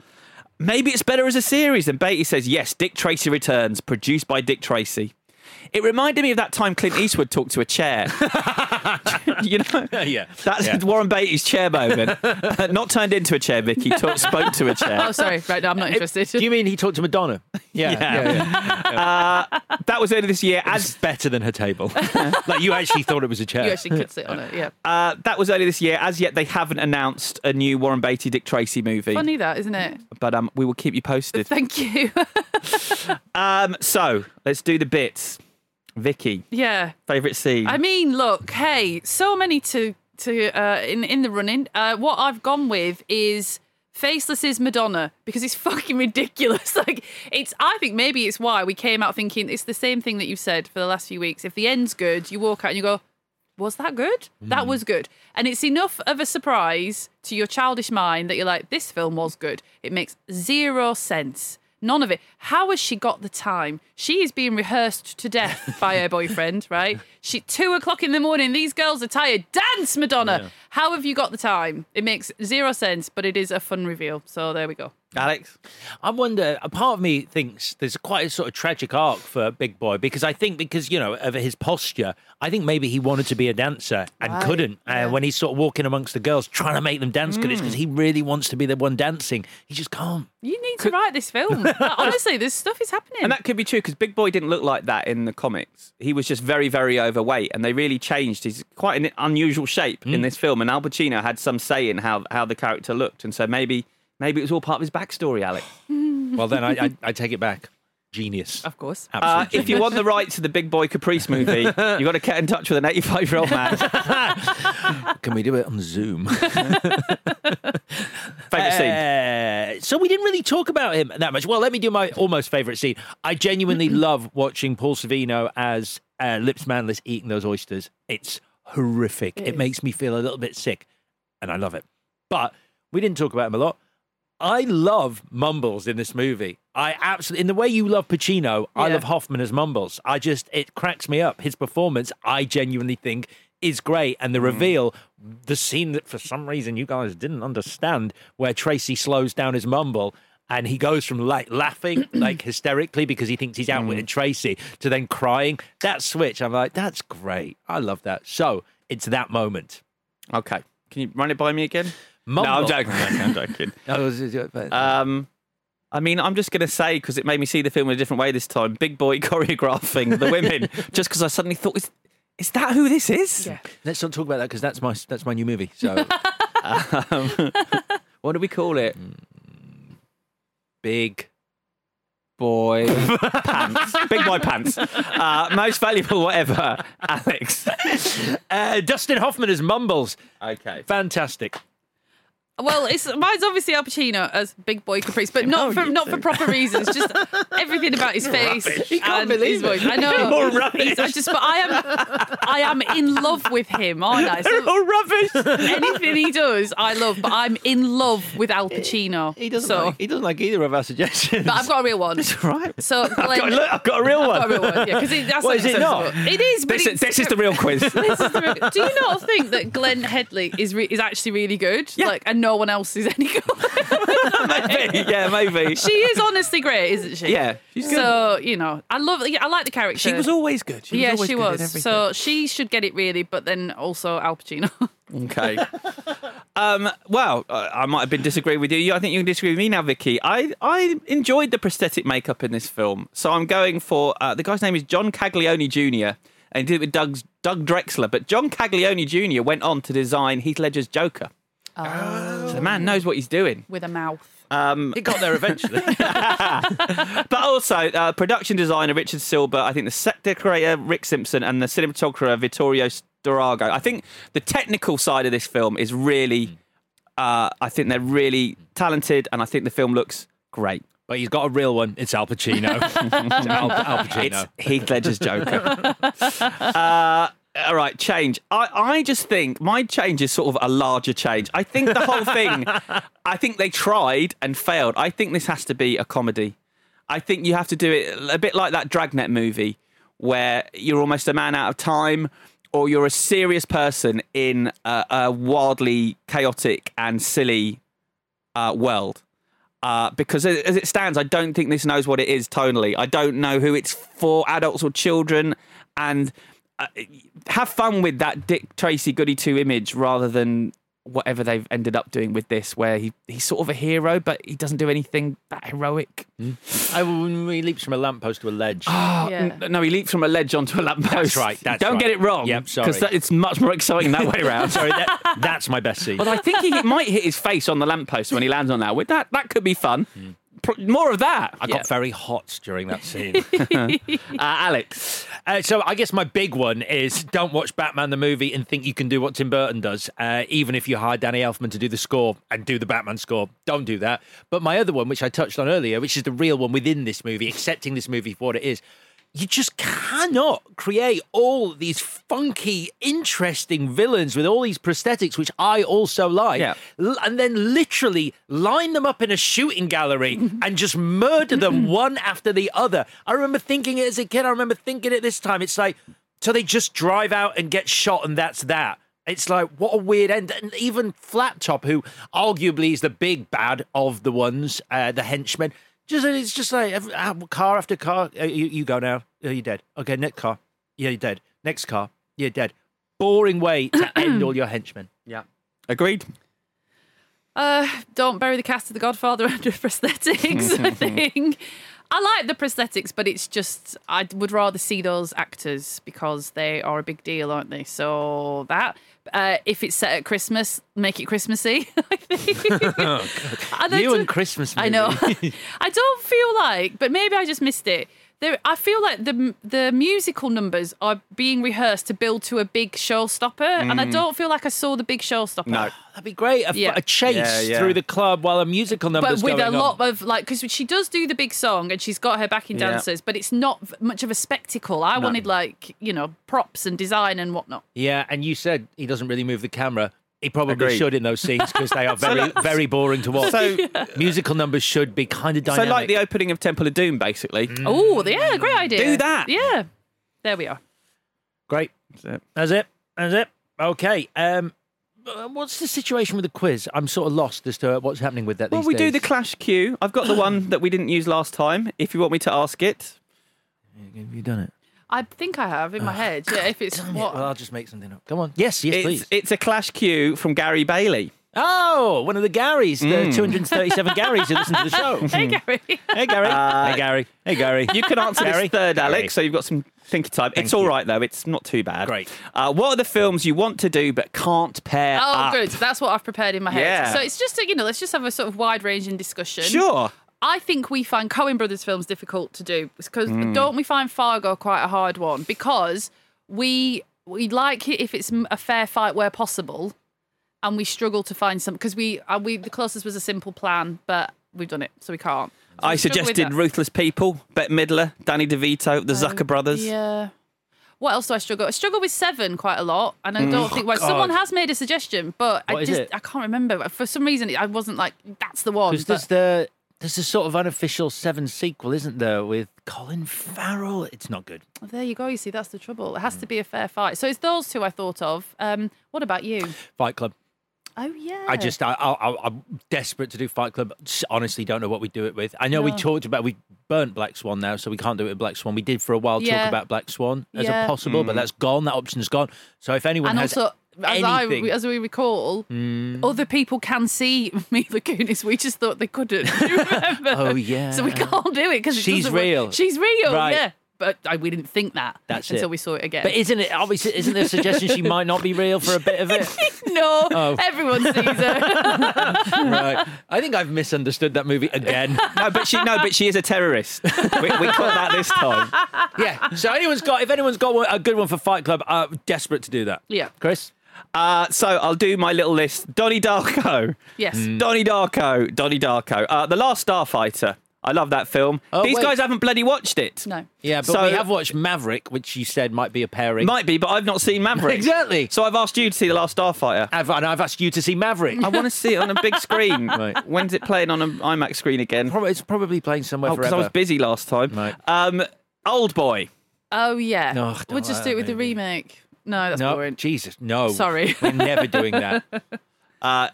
Maybe it's better as a series. And Beatty says, Yes, Dick Tracy Returns, produced by Dick Tracy. It reminded me of that time Clint Eastwood talked to a
<laughs>
chair. you know?
yeah.
That's
Yeah.
Warren Beatty's chair moment. Uh, Not turned into a chair, Vicky.
<laughs>
Talk, spoke to a chair.
<laughs> Oh, sorry. Right, no, I'm not interested. <laughs>
Do you mean he talked to Madonna? Yeah,
Yeah. Uh, that was earlier this year. As
It's better than her <laughs> table. like you actually thought it was a chair.
you actually could sit on it. Yeah,
<laughs> uh, that was earlier this year. As yet, they haven't announced a new Warren Beatty Dick Tracy movie.
funny that, isn't it?
But um, we will keep you posted.
Thank you.
Um, so let's do the bits. Vicky,
<laughs> yeah.
favourite scene.
I mean, look, hey, so many to to uh, in in the running. Uh, what I've gone with is Faceless's Madonna because it's <laughs> fucking ridiculous. <laughs> like it's, I think maybe it's why we came out thinking it's the same thing that you've said for the last few weeks. If the end's good, you walk out and you go, was that good?
Mm.
That was good. And it's enough of a surprise to your childish mind that you're like, this film was good. It makes zero sense. None of it. How has she got the time? She is being rehearsed
<laughs>
to death by her boyfriend, right? She two o'clock in the morning. These girls are tired. Dance, Madonna. How have you got the time? It makes zero sense, but it is a fun reveal. So there we go.
Alex,
I wonder. A part of me thinks there's quite a sort of tragic arc for Big Boy because I think because you know of his posture, I think maybe he wanted to be a dancer and couldn't. Uh, when he's sort of walking amongst the girls, trying to make them dance, because he really wants to be the one dancing, he just can't.
You need to write
<laughs>
this film. Like, honestly, this stuff is happening.
and that could be true because Big Boy didn't look like that in the comics. He was just very, very overweight, and they really changed. He's quite an unusual shape in
Mm.
this film, and Al Pacino had some say in how how the character looked, and so maybe maybe it was all part of his backstory,
<laughs>
Alex.
Well, then I, I, I take it back. Genius.
of course.
Uh,
Absolute
if you
genius.
want the rights to the Big Boy Caprice movie,
<laughs>
you've got to get in touch with an 85 year old man.
can we do it
<laughs>
on Zoom?
Favourite scene.
Uh, so we didn't really talk about him that much. Well, let me do my almost favorite scene. I genuinely love watching Paul Savino as uh, Lips Manless eating those oysters. It's horrific. It, makes me feel a little bit sick, and I love it. But we didn't talk about him a lot. I love Mumbles in this movie. I absolutely, in the way you love Pacino, I
Yeah.
love Hoffman as Mumbles. I just, it cracks me up. His performance, I genuinely think, is great. And the reveal, the scene that for some reason you guys didn't understand, where Tracy slows down his mumble and he goes from like laughing, like hysterically because he thinks he's outwitted Tracy, to then crying. That switch, I'm like, that's great. I love that. So it's that moment.
Okay. Can you run it by me again? No, I'm
Mumble.
joking. I'm joking. I'm
<laughs>
joking.
Uh,
Um, I mean, I'm just going to say, because it made me see the film in a different way this time Big Boy <laughs> choreographing
<laughs>
the women, just because I suddenly thought, is, is that who this is?
Yeah.
let's not talk about that because that's my that's my new movie. So
What do we call it?
Hmm.
big.
<laughs>
Boy pants. Big boy pants. Uh, most valuable, whatever.
<laughs>
Alex. Uh,
Uh, Dustin Hoffman as Mumbles.
Okay.
Fantastic.
Well, it's mine's obviously Al Pacino as Big Boy Caprice, but not for not for proper reasons.
<laughs>
Just everything about his face.
Rubbish. You can't
and
believe
his voice.
it.
I know.
You're rubbish.
He's- I just, but I am, I am in love with him, aren't I?
You're <laughs>
Oh,
rubbish. Anything he does, I love. But I'm in love with Al Pacino. He
doesn't
So,
like, he doesn't like either of our suggestions.
but I've got a real one. That's
right.
So
I've got,
Glenn-
look, I've got a real one.
I've got a real one, yeah, 'cause it- that's
Well,
what
is
it
it
says
not?
about- It is, but
This,
it's-
this is the real quiz.
<laughs> This is the real- Do you not think that Glenn Headley is re- is actually really good? Like, and no one else is any good.
<laughs>
yeah, <laughs> maybe.
she is honestly great, isn't she?
Yeah, she's good.
So you know, I love. yeah, I like the character.
She was always good. She was
yeah,
always
she
good at
was.
everything.
So she should get it really, but then also Al Pacino.
<laughs>
<laughs>
Okay. um, well, uh, I might have been disagreeing with you. I think you can disagree with me now, Vicky. I, I enjoyed the prosthetic makeup in this film, so I'm going for uh, the guy's name is John Caglione Jr. and he did it with Doug's, Doug Drexler. But John Caglione Jr. went on to design Heath Ledger's Joker.
Oh.
So the man knows what he's doing.
With a mouth.
Um, it got there
<laughs>
eventually. <laughs> but also, uh, production designer Richard Silber, I think the set decorator Rick Simpson, and the cinematographer Vittorio Storago. I think the technical side of this film is
Hmm.
really, uh, I think they're really talented, and I think the film looks great.
But he's got a real one. It's Al Pacino.
<laughs>
Al, Al Pacino.
It's Heath Ledger's Joker.
<laughs>
uh, all right, change. I, I just think my change is sort of a larger change. I think the whole
<laughs>
thing, I think they tried and failed. I think this has to be a comedy. I think you have to do it a bit like that Dragnet movie where you're almost a man out of time or you're a serious person in a, a wildly chaotic and silly uh, world. Uh, because a- as it stands, I don't think this knows what it is tonally. I don't know who it's for, adults or children. And uh, have fun with that Dick Tracy Goody Two image rather than whatever they've ended up doing with this, where he, he's sort of a hero, but he doesn't do anything that heroic.
I, when he leaps from a lamppost to a ledge.
Oh, n- no, he leaps from a ledge onto a lamppost.
That's right. That's
Don't
right.
get it wrong.
Yep, sorry.
Because it's much more exciting that way
<laughs>
around.
sorry, that, that's my best scene.
But I think he might hit his face on the lamppost when he lands on that. With that, that could be fun. Pr- More of that.
Hmm. I got very hot during that scene.
uh, Alex.
Uh, so I guess my big one is don't watch Batman the movie and think you can do what Tim Burton does, uh, even if you hire Danny Elfman to do the score and do the Batman score. Don't do that. But my other one, which I touched on earlier, which is the real one within this movie, accepting this movie for what it is. You just cannot create all these funky, interesting villains with all these prosthetics, which I also like, l- and then literally line them up in a shooting gallery and just murder them one after the other. I remember thinking it as a kid. I remember thinking it this time. It's like, so they just drive out and get shot, and that's that. It's like, what a weird end. And even Flat Top, who arguably is the big bad of the ones, uh, the henchmen, just it's just like every- uh, car after car. Uh, you, you go now. Uh, you're dead. Okay, next car. Yeah, you're dead. Next car. You're dead. Boring way to end all your henchmen.
Yeah. Agreed.
Uh, don't bury the cast of The Godfather <laughs> under
<laughs>
prosthetics. I think I like the prosthetics, but it's just I would rather see those actors because they are a big deal, aren't they? So that uh, if it's set at Christmas, make it Christmassy. <laughs> I
<laughs> Oh,
think. And I
you
don't-
and Christmas.
I know. <laughs>
movie. <laughs>
I don't feel like, but maybe I just missed it. There, I feel like the the musical numbers are being rehearsed to build to a big showstopper, and I
Mm.
don't feel like I saw the big showstopper.
No. That'd be great. A,
Yeah.
a chase
Yeah, yeah.
through the club while a musical number's
but with
going
a
on.
lot of like because she does do the big song and she's got her backing
Yeah.
dancers but it's not v- much of a spectacle i
No.
wanted like you know props and design and whatnot
Yeah, and you said he doesn't really move the camera. He probably
Agreed.
should in those scenes because they
<laughs>
are
So
very,
that's-
very boring to watch.
So-
musical numbers should be kind of
So,
dynamic.
like the opening of Temple of Doom, basically.
Mm.
oh yeah great idea
Do that.
yeah there we are
Great.
That's it.
That's it. That's it. Okay. Um, uh, what's the situation with the quiz? I'm sort of lost as to what's happening with that.
Well,
these
we do
days.
the Clash Q. I've
<coughs>
got the one that we didn't use last time. If you want me to ask it,
Have you done it?
i think i have in my head yeah if it's what
Well, Oh, I'll just make something up. Come on. Yes, yes,
it's,
please.
It's a Clash Q from Gary Bailey.
Oh, one of the Garys,
Mm.
the
<laughs>
237 Garys who listen to the show.
hey <laughs> gary
Hey, Gary.
Uh,
hey, Gary. Hey, Gary.
You can answer
Gary.
this third,
Gary.
Alex. So you've got some thinking time. it's all right though. It's not too bad.
Great.
Uh, what are the films you want to do but can't pair
oh
up?
good that's what i've prepared in my head
Yeah.
so it's just a, you know let's just have a sort of wide ranging discussion
Sure.
I think we find Coen Brothers films difficult to do because
Mm.
don't we find Fargo quite a hard one because we we like it if it's m- a fair fight where possible, and we struggle to find some because we uh, we the closest was a simple plan, but we've done it, so we can't. So
I
we struggle with
suggested
that. Um,
Ruthless People, Bette Midler, Danny DeVito, the Zucker brothers.
Yeah. What else do I struggle? I struggle with seven quite a lot, and I
Mm.
don't think. Well,
God.
someone has made a suggestion, but I
Oh, What is
just
it?
I can't remember. For some reason, I wasn't like that's the one.
Because there's the there's a sort of unofficial Seven sequel, isn't there, with Colin Farrell? It's not good.
but- there you go. You see, that's the trouble. It has
Mm.
to be a fair fight. So it's those two I thought of. Um, what about you?
Fight Club.
Oh yeah.
I just, I, I, I- I'm desperate to do Fight Club. S- Honestly, don't know what we do it with. I know we
No.
talked about we burnt Black Swan now, so we can't do it with Black Swan. We did for a while
Yeah.
talk about Black Swan as
Yeah.
a possible, but
Mm.
that's gone. That option's gone. So if anyone
and
has
also as
anything-
I as we recall,
Mm.
other people can see <laughs> Mila Kunis. We just thought they couldn't. <laughs> Do you remember?
Oh, yeah.
So we can't do it because
She's real.
She's real.
Right.
Yeah. But I, we didn't think that
That's
until
it.
we saw it again.
But isn't it obviously? Isn't there a suggestion she might not be real for a bit of it?
<laughs> no,
Oh.
everyone sees
<laughs>
her.
right. I think I've misunderstood that movie again.
no, but she no, but she is a terrorist. <laughs> we, we caught that this time.
<laughs> Yeah. So anyone's got if anyone's got one, a good one for Fight Club, I'm desperate to do that.
yeah.
Chris.
Uh, so I'll do my little list. Donnie Darko.
Yes.
Hmm.
Mm.
Donnie Darko. Donnie Darko. Uh, the Last Starfighter. I love that film.
Oh,
These
wait.
guys haven't bloody watched it.
No.
Yeah, but
So-
we have watched Maverick, which you said might be a pairing.
Might be, but I've not seen Maverick.
Exactly.
So I've asked you to see The Last Starfighter.
I've, and I've asked you to see Maverick.
I want to see it on a
<laughs>
big screen.
Right.
When's it playing on an IMAX screen again?
Probably, it's probably playing somewhere
Oh, because
forever.
I was busy last time.
Right.
Um, Old Boy.
Oh yeah.
No, I don't
we'll
like
just do it
that
with the remake. No, that's
no,
boring.
Jesus, no.
Sorry. <laughs>
we're never doing <laughs> that.
Uh,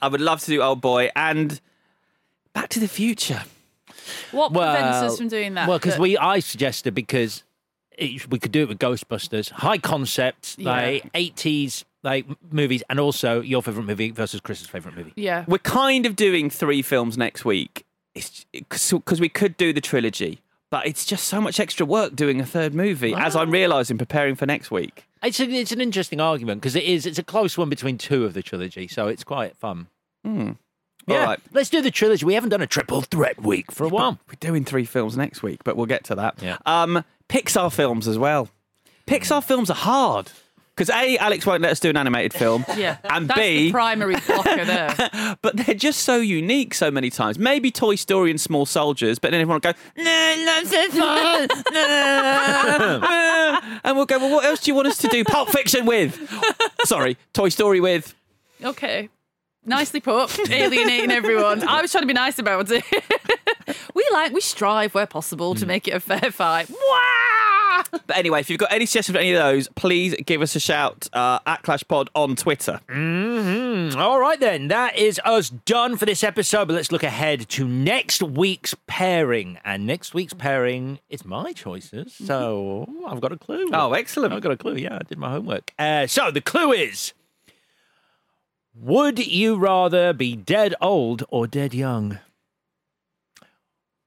I would love to do Old Boy and Back to the Future.
What
well,
prevents us from doing that?
Well, because
But-
we, I suggested because it, we could do it with Ghostbusters, high concept,
Yeah.
like eighties like m- movies, and also your favorite movie versus Chris's favorite movie.
Yeah.
We're kind of doing three films next week. It's because we could do the trilogy, but it's just so much extra work doing a third movie, as I'm realizing preparing for next week.
It's an, it's an interesting argument because it is it's a close one between two of the trilogy, so it's quite fun.
All
Yeah,
right.
let's do the trilogy. We haven't done a triple threat week for a while.
We're doing three films next week, but we'll get to that.
Yeah.
Um, Pixar films as well. Pixar films are hard because A, Alex won't let us do an animated film.
Yeah.
<laughs> And
that's
B,
the primary blocker there.
<laughs>
but they're just so unique so many times. Maybe Toy Story and Small Soldiers, but then everyone will go, no, loves it fun. <laughs> No." and we'll go, well, what else do you want us to do Pulp Fiction with? Sorry, Toy Story with.
Okay. Nicely put. Alienating everyone. I was trying to be nice about it. <laughs> we like we strive where possible
Hmm.
to make it a fair fight. Wah!
But anyway, if you've got any suggestions for any of those, please give us a shout uh, at Clash Pod on Twitter.
Mm-hmm.
Mm, All right, then. That is us done for this episode. But let's look ahead to next week's pairing. And next week's pairing is my choices. So
Mm-hmm.
I've got a clue.
Oh, excellent.
I've got a clue. Yeah, I did my homework. Uh, so the clue is Would you rather be dead old or dead young?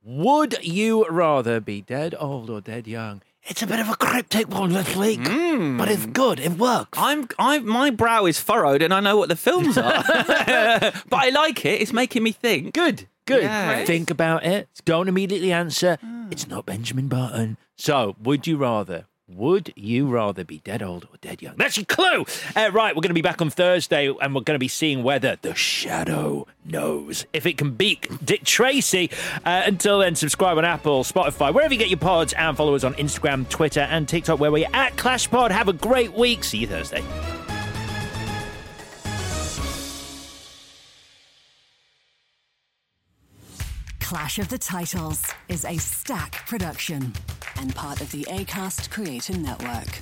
Would you rather be dead old or dead young? It's a bit of a cryptic one this week, but it's good. It works.
I'm, I, my brow is furrowed, and I know what the films are, <laughs> but I like it. It's making me think.
Good, good.
Yeah. Right.
Think about it. Don't immediately answer. It's not Benjamin Button. So, would you rather? Would you rather be dead old or dead young? That's your clue. Uh, right, we're going to be back on Thursday and we're going to be seeing whether the shadow knows if it can beat Dick Tracy. Uh, until then, subscribe on Apple, Spotify, wherever you get your pods, and follow us on Instagram, Twitter, and TikTok, where we're at Clash Pod. Have a great week. See you Thursday.
Clash of the Titles is a stack production and part of the ACAST Creator Network.